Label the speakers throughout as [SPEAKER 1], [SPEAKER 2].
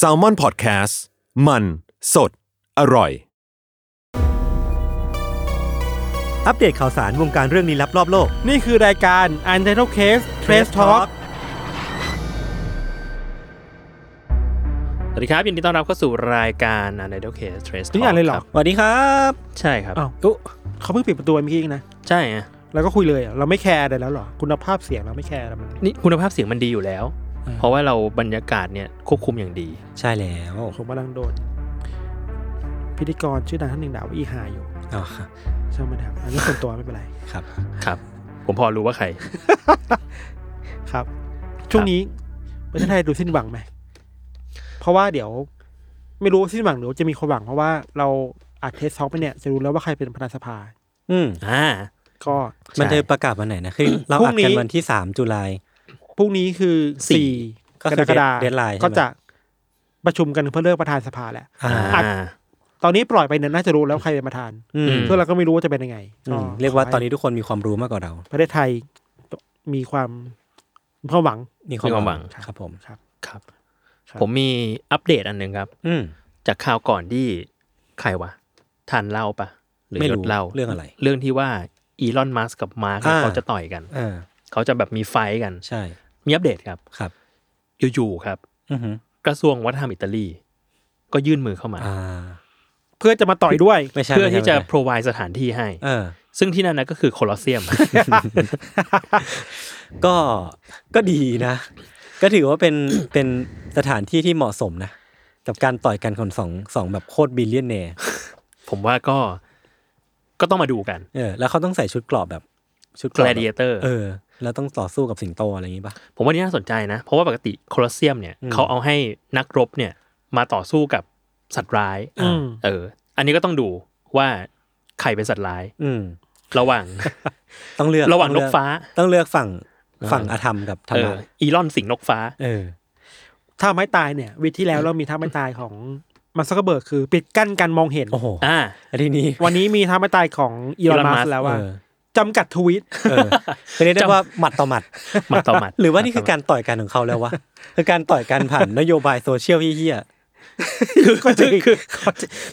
[SPEAKER 1] s a l m o n PODCAST มันสดอร่อย
[SPEAKER 2] อัปเดตข่าวสารวงการเรื่องนี้ลับรอบโลก
[SPEAKER 3] นี่คือรายการ u n t i t l e d Case Trace Talk
[SPEAKER 4] สวัสดีครับยินดีต้อนรับเข้าสู่รายการอันเดอร์เคสเทรส
[SPEAKER 3] ทุกอย่างเลยเหรอ
[SPEAKER 2] สวัสดีครับ
[SPEAKER 4] ใช่ครับ
[SPEAKER 3] อ้าวเอ้าเขาเพิ่งปิดประตูไปเมื่อกี้เองนะ
[SPEAKER 4] ใช่อะ
[SPEAKER 3] แล้วก็คุยเลยอะเราไม่แคร์อะไรแล้วเหรอ คุณภาพเสียงเราไม่แคร์อะไรมัน
[SPEAKER 4] นี่คุณภาพเสียงมันดีอยู่แล้ว
[SPEAKER 3] อืม
[SPEAKER 4] เพราะว่าเราบรรยากาศเนี่ยควบคุมอย่างดี
[SPEAKER 2] ใช่แล้ว
[SPEAKER 3] ผมกำลังโดน พิธีกรชื่อดังท่านหนึ่งด่าว่าอีหาอยู่
[SPEAKER 2] อ๋อ
[SPEAKER 3] ช่างมันทำอันนี้ส่วนตัวไม่เป็นไร
[SPEAKER 2] ครับ
[SPEAKER 4] ครับ ผมพอรู้ว่าใคร
[SPEAKER 3] ครับ ช่วงนี้ประเทศไทยดูสิ้นหวังไหม เพราะว่าเดี๋ยว ไม่รู้ว่าสิ้นหวังหรือว่าจะมีความหวังเพราะว่าเราอัดเทสท็อกไปเนี่ยจะรู้แล้วว่าใครเป็นประธานสภา
[SPEAKER 2] อืม
[SPEAKER 4] อ่า
[SPEAKER 3] ก็
[SPEAKER 2] มัน
[SPEAKER 4] ใช่
[SPEAKER 2] จะประกาศวันไหนนะคือ เรา
[SPEAKER 3] พรุ่
[SPEAKER 2] อัด
[SPEAKER 3] งนี้
[SPEAKER 2] กันวันที่สามจุลาย
[SPEAKER 3] พรุ่งนี้คือ
[SPEAKER 4] สี่
[SPEAKER 3] สี่
[SPEAKER 2] ก็
[SPEAKER 3] ก
[SPEAKER 2] คื
[SPEAKER 3] ร
[SPEAKER 2] อก
[SPEAKER 3] ฎาคม
[SPEAKER 2] deadline ใช่ไหม
[SPEAKER 3] ก็จะประชุมกันเพื่อเลือกประธานสภาแหละ
[SPEAKER 2] อ่า
[SPEAKER 3] อัด ตอนนี้ปล่อยไปเนี่ยน่าจะรู้แล้วใครเป็นประธาน
[SPEAKER 2] อืม
[SPEAKER 4] ม
[SPEAKER 3] ซึ่งเราก็ไม่รู้ว่าจะเป็นยังไง
[SPEAKER 2] อืม
[SPEAKER 3] ขอ
[SPEAKER 2] เรียกว่าตอนนี้
[SPEAKER 3] ให้
[SPEAKER 2] ทุกคนมีความรู้มากกว่าเรา
[SPEAKER 3] ประเทศไทยมีความมีความหวัง
[SPEAKER 2] มีความ
[SPEAKER 4] มีความหวัง
[SPEAKER 2] ครับผม
[SPEAKER 3] ครับ
[SPEAKER 4] ครับ
[SPEAKER 3] ครับ
[SPEAKER 4] ผมมีอัปเดตอันหนึ่งครับ
[SPEAKER 2] อืม
[SPEAKER 4] จากข่าวก่อนที่ใครวะทานเหล่าปะหรือ
[SPEAKER 2] ไม่
[SPEAKER 4] ย
[SPEAKER 2] รู้
[SPEAKER 4] ศเหล่า
[SPEAKER 2] เรื่องอะไร
[SPEAKER 4] เรื่องที่ว่าอีลอนมัสกับมาร์ก
[SPEAKER 2] อ่า
[SPEAKER 4] เขาจะต่อยกัน
[SPEAKER 2] อ่า
[SPEAKER 4] เขาจะแบบมีไฟท์กัน
[SPEAKER 2] ใช่
[SPEAKER 4] มีอัปเดตครับ
[SPEAKER 2] ครับ
[SPEAKER 4] อยู่ๆครับ
[SPEAKER 2] อือหือก
[SPEAKER 4] ระทรวงวัฒนธรรมอิตาลี ก็ยื่นมือเข้ามา
[SPEAKER 2] อ่า
[SPEAKER 3] เพื่อจะมาต่อยด้วย
[SPEAKER 2] ไม่ใช่
[SPEAKER 4] เพื่อที่จะ
[SPEAKER 2] ไม่ใช่
[SPEAKER 4] provide สถานที่ให้
[SPEAKER 2] เออ
[SPEAKER 4] ซึ่งที่นั่นนะก็คือโคลอสเซียม
[SPEAKER 2] ก็ก็ดีนะ ก็ถือว่าเป็น เป็นสถานที่ที่เหมาะสมนะ กับการต่อยกันของสองสองแบบโคตรบิลเลียนเนร์
[SPEAKER 4] ผมว่าก็ก็ต้องมาดูกัน
[SPEAKER 2] เออแล้วเขาต้องใส่ชุดเกรอบแบบชุดเกรอบแบบ
[SPEAKER 4] gladiator
[SPEAKER 2] เออ แล้วต้องต่อสู้กับสิงโตอะไรอย่างงี้ป่ะ
[SPEAKER 4] ผมว่านี่น่าสนใจนะ เพราะว่าปกติโคลอสเซียมเนี่ย
[SPEAKER 2] อืม
[SPEAKER 4] เขาเอาให้นักรบเนี่ยมาต่อสู้กับสัตว์ร้าย
[SPEAKER 3] อืม
[SPEAKER 4] เออ อันนี้ก็ต้องดูว่าใครเป็นสัตว์ร้าย
[SPEAKER 2] อืม
[SPEAKER 4] ระหว่าง
[SPEAKER 2] ต้องเลือก
[SPEAKER 4] ระหว่างนกฟ้า
[SPEAKER 2] ต้องเลือกฝั่งฝั่งอธรรมกับธร
[SPEAKER 4] เอ
[SPEAKER 2] ร
[SPEAKER 4] อ
[SPEAKER 2] มะ
[SPEAKER 4] อีลอนสิงห์นกฟ้า
[SPEAKER 2] เออ
[SPEAKER 3] ถ้าไม่ตายเนี่ยวิธีที่แล้วเรามีท่าไม่ตายของมาร์คซักเกอร์เบิร์กคือ ปิดกั้นการมองเห็น
[SPEAKER 2] โอ้โห
[SPEAKER 4] อ่า
[SPEAKER 2] อันทีนี้
[SPEAKER 3] วันนี้มีท่าไม่ตายของอีลอน
[SPEAKER 4] Elon
[SPEAKER 3] มัส
[SPEAKER 4] Musk
[SPEAKER 3] แล้วว่า
[SPEAKER 2] เออ
[SPEAKER 3] จำกัดทวีต
[SPEAKER 2] เออคือเรียกได้ว่าหมัดต่อหมัด
[SPEAKER 4] มาต่อมัด
[SPEAKER 2] หรือว่านี่คือการต่อยกันของเขาแล้ววะ คือการต่อยกันผ่านนโยบายโซเชียลเฮี้ย
[SPEAKER 3] ก็คือคือ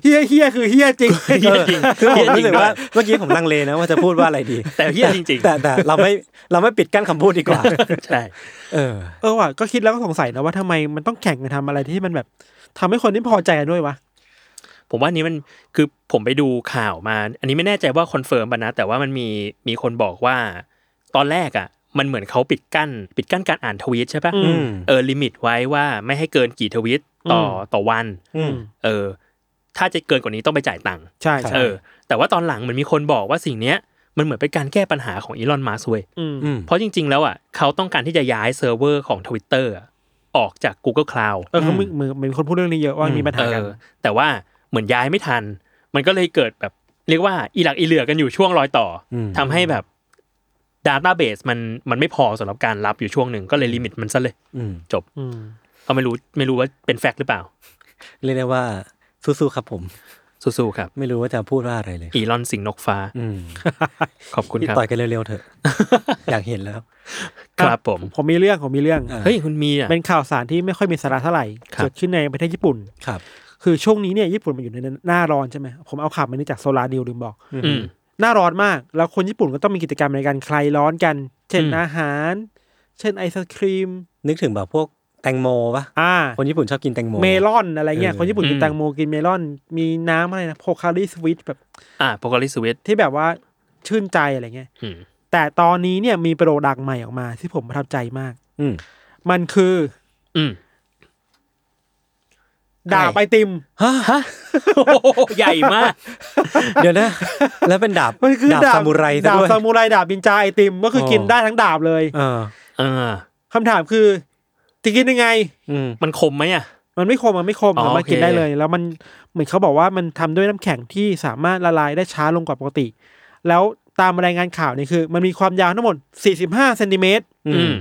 [SPEAKER 3] เฮียเฮียคือเฮียจริง
[SPEAKER 4] เหี้ยจริง
[SPEAKER 2] ๆคือผ
[SPEAKER 4] เหี้
[SPEAKER 2] ม
[SPEAKER 4] ยจริ
[SPEAKER 2] รู้
[SPEAKER 4] ง
[SPEAKER 2] สึก
[SPEAKER 4] ด้ว
[SPEAKER 2] ว่าย เมื่อกี้ผมลังเลนะว่าจะพูดว่าอะไรดี
[SPEAKER 4] แต่เหี้ยจริงๆ
[SPEAKER 2] แต่แต่เราไม่เราไม่ปิดกั้นคำพูดดีกว่า
[SPEAKER 4] ใช่
[SPEAKER 2] เออ
[SPEAKER 3] เออว่ะก็คิดแล้วก็สงสัยนะว่าทำไมมันต้องแข่งกันทำอะไรที่มันแบบทำให้คนที่พอใจกันด้วยวะ
[SPEAKER 4] ผมว่าอันนี้มันคือผมไปดูข่าวมา อันนี้ไม่แน่ใจว่าคอนเฟิร์มป่ะนะ แต่ว่ามันมีมีคนบอกว่า ตอนแรกอ่ะ มันเหมือนเขาปิดกั้น ปิดกั้นการอ่านทวีตใช่ปะ
[SPEAKER 3] อืม
[SPEAKER 4] เออลิมิตไว้ว่าไม่ให้เกินกี่ทวีตต่ออต่อวัน
[SPEAKER 2] อืม
[SPEAKER 4] เออ ถ้าจะเกินกว่านี้ต้องไปจ่ายตังค์
[SPEAKER 3] ใช่ใช่
[SPEAKER 4] เออ แต่ว่าตอนหลังเหมันมีคนบอกว่าสิ่งเนี้ยมันเหมือนเป็นการแก้ปัญหาของอีลอนมัสเว้ย
[SPEAKER 3] ม
[SPEAKER 2] อืม
[SPEAKER 4] เพราะจริง ๆ แล้วอ่ะเขาต้องการที่จะย้ายเซิร์ฟเวอร์ของ Twitter อะออกจาก Google Cloud
[SPEAKER 3] เออเขามือมือมีคนพูดเรื่องนี้เยอะว่ามีปัญหากัน
[SPEAKER 4] เออแต่ว่าเหมือนย้ายไม่ทัน มันก็เลยเกิดแบบเรียกว่าอีหลักอีเหลือกันอยู่ช่วงรอยต่ออทำให้แบบ Database มันมันไม่พอสำหรับการรับอยู่ช่วงหนึ่งก็เลยลิมิตมันซะเลย
[SPEAKER 2] อืม
[SPEAKER 4] จบ
[SPEAKER 3] อืม
[SPEAKER 4] ก็ไม่รู้ไม่รู้ว่าเป็นแฟกต์หรือเปล่า
[SPEAKER 2] เรียกได้ว่าสู้ๆครับผม
[SPEAKER 4] สู้ๆครับ
[SPEAKER 2] ไม่รู้ว่าจะพูดว่าอะไรเลย
[SPEAKER 4] อีลอนสิงห์นกฟ้า
[SPEAKER 2] อืม
[SPEAKER 4] ขอบคุณครับ
[SPEAKER 2] ต่อยกันเร็วๆเถ อะ อยากเห็นแล้ว
[SPEAKER 4] ครับผม
[SPEAKER 3] ผมมีเรื่องผมมีเรื่อง
[SPEAKER 2] อ่ะ
[SPEAKER 4] เฮ้ย คุณมีอ่ะ
[SPEAKER 3] เป็นข่าวสารที่ไม่ค่อยมีสาระเท่าไหร่
[SPEAKER 4] ครับ
[SPEAKER 3] เกิดขึ้นในประเทศญี่ปุ่น
[SPEAKER 2] ครับ
[SPEAKER 3] คือช่วงนี้เนี่ยญี่ปุ่นมันอยู่ในหน้าร้อนใช่ไหมผมเอาข่าวมานี้จากโซลาร์ดิวลืมบอก
[SPEAKER 4] อืม
[SPEAKER 3] หน้าร้อนมาก แล้วคนญี่ปุ่นก็ต้องมีกิจกรรมในการคลายร้อนกัน เช่น
[SPEAKER 4] อืม
[SPEAKER 3] อาหาร เช่นไอศครีม
[SPEAKER 2] นึกถึงแบบพวกแตงโมปะ
[SPEAKER 3] อ่า
[SPEAKER 2] คนญี่ปุ่นชอบกินแตงโม
[SPEAKER 3] เมลอนอะไรเงี้ย
[SPEAKER 2] เออ
[SPEAKER 3] คนญี่ปุ่นกิน
[SPEAKER 4] อืม
[SPEAKER 3] แตงโมกินเมลอน มีน้ำอะไรนะโพคาริสวิตแบบ
[SPEAKER 4] อ่าโปรกลิสวิต
[SPEAKER 3] ที่แบบว่าชื่นใจอะไรเงี้ย
[SPEAKER 4] อืม
[SPEAKER 3] แต่ตอนนี้เนี่ยมีโปรดักต์ใหม่ออกมา ที่ผมประทับใจมาก
[SPEAKER 2] อืม
[SPEAKER 3] มันคือ
[SPEAKER 4] อืม
[SPEAKER 3] ดาบไอติม
[SPEAKER 2] ฮะฮะ
[SPEAKER 4] โอ้โหใหญ่มาก
[SPEAKER 2] เดี๋ยวนะ แล้วเป็นดาบ
[SPEAKER 3] มันคือ
[SPEAKER 2] ดาบซามูไรซะ
[SPEAKER 3] ดาบ
[SPEAKER 2] ด้วย
[SPEAKER 3] ซามูไรดาบบินจาไอติมก็คืออ
[SPEAKER 2] อ
[SPEAKER 3] กินได้ทั้งดาบเลย
[SPEAKER 2] เออ
[SPEAKER 4] เออ
[SPEAKER 3] คำถามคือ จะกินยังไง
[SPEAKER 2] อืม
[SPEAKER 4] มันคมไหมอ่ะ
[SPEAKER 3] มันไม่คมมันไม่คม
[SPEAKER 4] อ๋อ
[SPEAKER 3] สามารถ
[SPEAKER 4] โอเค
[SPEAKER 3] กินได้เลย แล้วมันเหมือนเขาบอกว่ามันทำด้วยน้ำแข็งที่สามารถละลายได้ช้าลงกว่าปกติ แล้วตามรายงานข่าวเนี่ยคือ มันมีความยาวทั้งหมด 45เซนติเมตร
[SPEAKER 2] อื
[SPEAKER 4] อื
[SPEAKER 2] ม
[SPEAKER 4] ม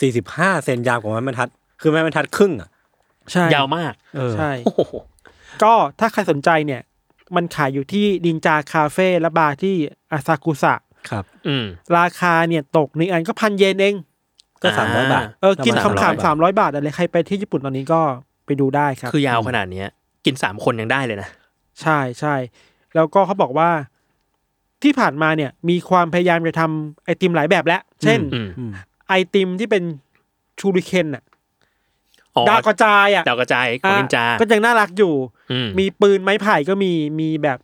[SPEAKER 2] สี่สิบห้าเซนยาวกว่าไม้บรรทัด คือไม้บรรทัดครึ่งอ่ะ
[SPEAKER 3] ใช่
[SPEAKER 4] ยาวมาก
[SPEAKER 2] เออ
[SPEAKER 3] ใช่
[SPEAKER 4] โอ้โห
[SPEAKER 3] ก็ถ้าใครสนใจเนี่ย มันขายอยู่ที่ดินจาคาเฟ่และบาร์ที่อาซากุสะ
[SPEAKER 2] ครับ
[SPEAKER 4] อืม
[SPEAKER 3] ราคาเนี่ยตกหนึ่งอันก็พันเยนเอง
[SPEAKER 2] ก็
[SPEAKER 4] อ่า
[SPEAKER 2] สามร้อยบาท
[SPEAKER 3] เออกิน
[SPEAKER 2] ประ
[SPEAKER 3] คำ
[SPEAKER 2] ณ
[SPEAKER 3] ขาม
[SPEAKER 2] 300บ
[SPEAKER 3] สามร้อยบาทอะไรใครไปที่ญี่ปุ่นตอนนี้ก็ไปดูได้ครับ
[SPEAKER 4] คือยาวขนาดเนี้ย กินสามคนยังได้เลยนะ
[SPEAKER 3] ใช่ใช่แล้วก็เขาบอกว่าที่ผ่านมาเนี่ย มีความพยายามจะทำไอติมหลายแบบแล้ว เช่น
[SPEAKER 4] อืม
[SPEAKER 2] อืม
[SPEAKER 3] ไอติมที่เป็นชูริเคนอะ
[SPEAKER 4] อ๋อ
[SPEAKER 3] ดาวกระจายอะ
[SPEAKER 4] ดาวกระจายของนินจา
[SPEAKER 3] อ่ะก็ยังน่ารักอยู่
[SPEAKER 4] อืม
[SPEAKER 3] มีปืนไม้ไผ่ก็มีมีแบบ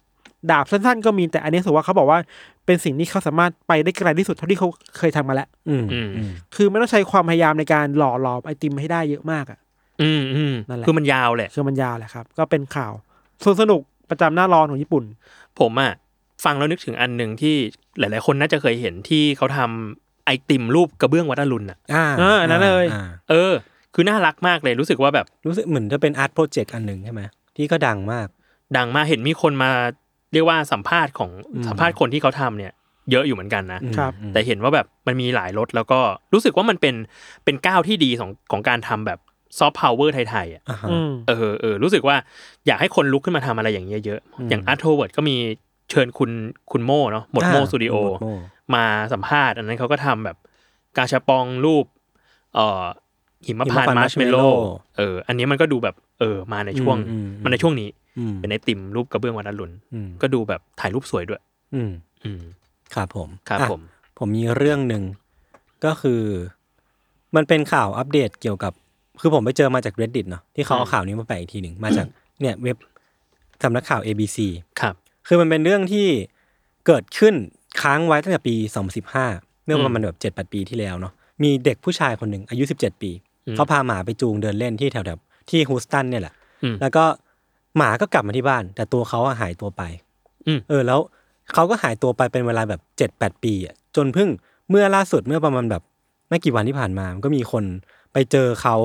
[SPEAKER 3] ดาบสั้นๆ ก็มีแต่อันนี้รู้สึกว่าเขาบอกว่าเป็นสิ่งที่เขาสามารถไปได้ไกลที่สุดเท่าที่เขาเคยทำมาแล้ว
[SPEAKER 2] อืม
[SPEAKER 4] อืม
[SPEAKER 2] อืม
[SPEAKER 3] คือไม่ต้องใช้ความพยายามในการหล่อหลอมไอติมให้ได้เยอะมากอะ
[SPEAKER 4] อืมอืม
[SPEAKER 3] นั่นแหละ
[SPEAKER 4] คือมันยาวแหละ
[SPEAKER 3] คือมันยาวแหละครับ ก็เป็นข่าวส่วนสนุกประจำหน้าร้อนของญี่ปุ่น
[SPEAKER 4] ผมอ่ะฟังแล้วนึกถึงอันหนึ่งที่หลาย ๆ คนน่าจะเคยเห็นที่เขาทำไอติมรูปกระเบื้องวัดอรุณอ่ะ
[SPEAKER 2] อ่า
[SPEAKER 3] เอออันนั้นเลย
[SPEAKER 2] อ่า
[SPEAKER 4] เออ คือน่ารักมากเลยรู้สึกว่าแบบ
[SPEAKER 2] รู้สึกเหมือนจะเป็นอาร์ตโปรเจกต์อันหนึ่งใช่ไหมที่ก็ดังมาก
[SPEAKER 4] ดังมากเห็นมีคนมาเรียกว่าสัมภาษณ์ของ
[SPEAKER 2] อืม
[SPEAKER 4] สัมภาษณ์คนที่เขาทำเนี่ย เยอะอยู่เหมือนกันนะ
[SPEAKER 2] อืม
[SPEAKER 3] ครับ
[SPEAKER 2] อืม
[SPEAKER 4] แต่เห็นว่าแบบมันมีหลายรสแล้วก็รู้สึกว่ามันเป็นเป็นก้าวที่ดีของของการทำแบบซอฟต์พาวเวอร์ไทยๆอ่ะ
[SPEAKER 2] อ่าฮะ
[SPEAKER 3] อืม
[SPEAKER 4] เออเออรู้สึกว่าอยากให้คนลุกขึ้นมาทำอะไรอย่างเงี้ยเยอะ
[SPEAKER 2] อืม
[SPEAKER 4] อย่างอาร์ตโทเวิร์ดก็มีเชิญคุณคุณโม่เนาะหมดโม่สตูดิโอ
[SPEAKER 2] หมดโม่
[SPEAKER 4] มาสัมภาษณ์ อันนั้นเขาก็ทำแบบกาชาปองรูป เอ่อหิมพาน
[SPEAKER 2] หิมพานต์
[SPEAKER 4] ต์มาร์ชเมลโล่
[SPEAKER 2] marshmallow
[SPEAKER 4] เออ อันนี้มันก็ดูแบบ เออ มาในช่วง
[SPEAKER 2] อืมอืม
[SPEAKER 4] มันในช่วงนี้
[SPEAKER 2] อืม
[SPEAKER 4] เป็นไอติมรูปกระเบื้องวัดอรุณ
[SPEAKER 2] อืม
[SPEAKER 4] ก็ดูแบบถ่ายรูปสวยด้วย
[SPEAKER 2] อืม
[SPEAKER 4] อืม
[SPEAKER 2] ครับผม
[SPEAKER 4] ครับ
[SPEAKER 2] อ่ะ
[SPEAKER 4] ผม
[SPEAKER 2] ผมมีเรื่องหนึ่งก็คือ มันเป็นข่าวอัปเดตเกี่ยวกับ คือผมไปเจอมาจาก reddit เนาะที่เขาเอา
[SPEAKER 4] อืม
[SPEAKER 2] ข่าวนี้มาแปะอีกทีหนึ่งมาจากเนี่ยเว็บสำนักข่าว abc
[SPEAKER 4] ครับ
[SPEAKER 2] คือมันเป็นเรื่องที่เกิดขึ้นค้างไว้ตั้งแต่ปี 2015 เมื่อประมาณแบบเจ็ดแปดปีที่แล้วเนาะมีเด็กผู้ชายคนหนึ่งอายุ 17 ปี
[SPEAKER 4] อืม
[SPEAKER 2] เขาพาหมาไปจูงเดินเล่นที่แถวๆที่ฮูสตันเนี่ยแหละ
[SPEAKER 4] อืม
[SPEAKER 2] แล้วก็หมาก็กลับมาที่บ้าน แต่ตัวเขาอะหายตัวไป
[SPEAKER 4] อืม
[SPEAKER 2] เออ แล้วเขาก็หายตัวไปเป็นเวลาแบบเจ็ดแปดปีอะจนเพิ่งเมื่อล่าสุดเมื่อประมาณแบบไม่กี่วันที่ผ่านมามันก็มีคนไปเจอเขา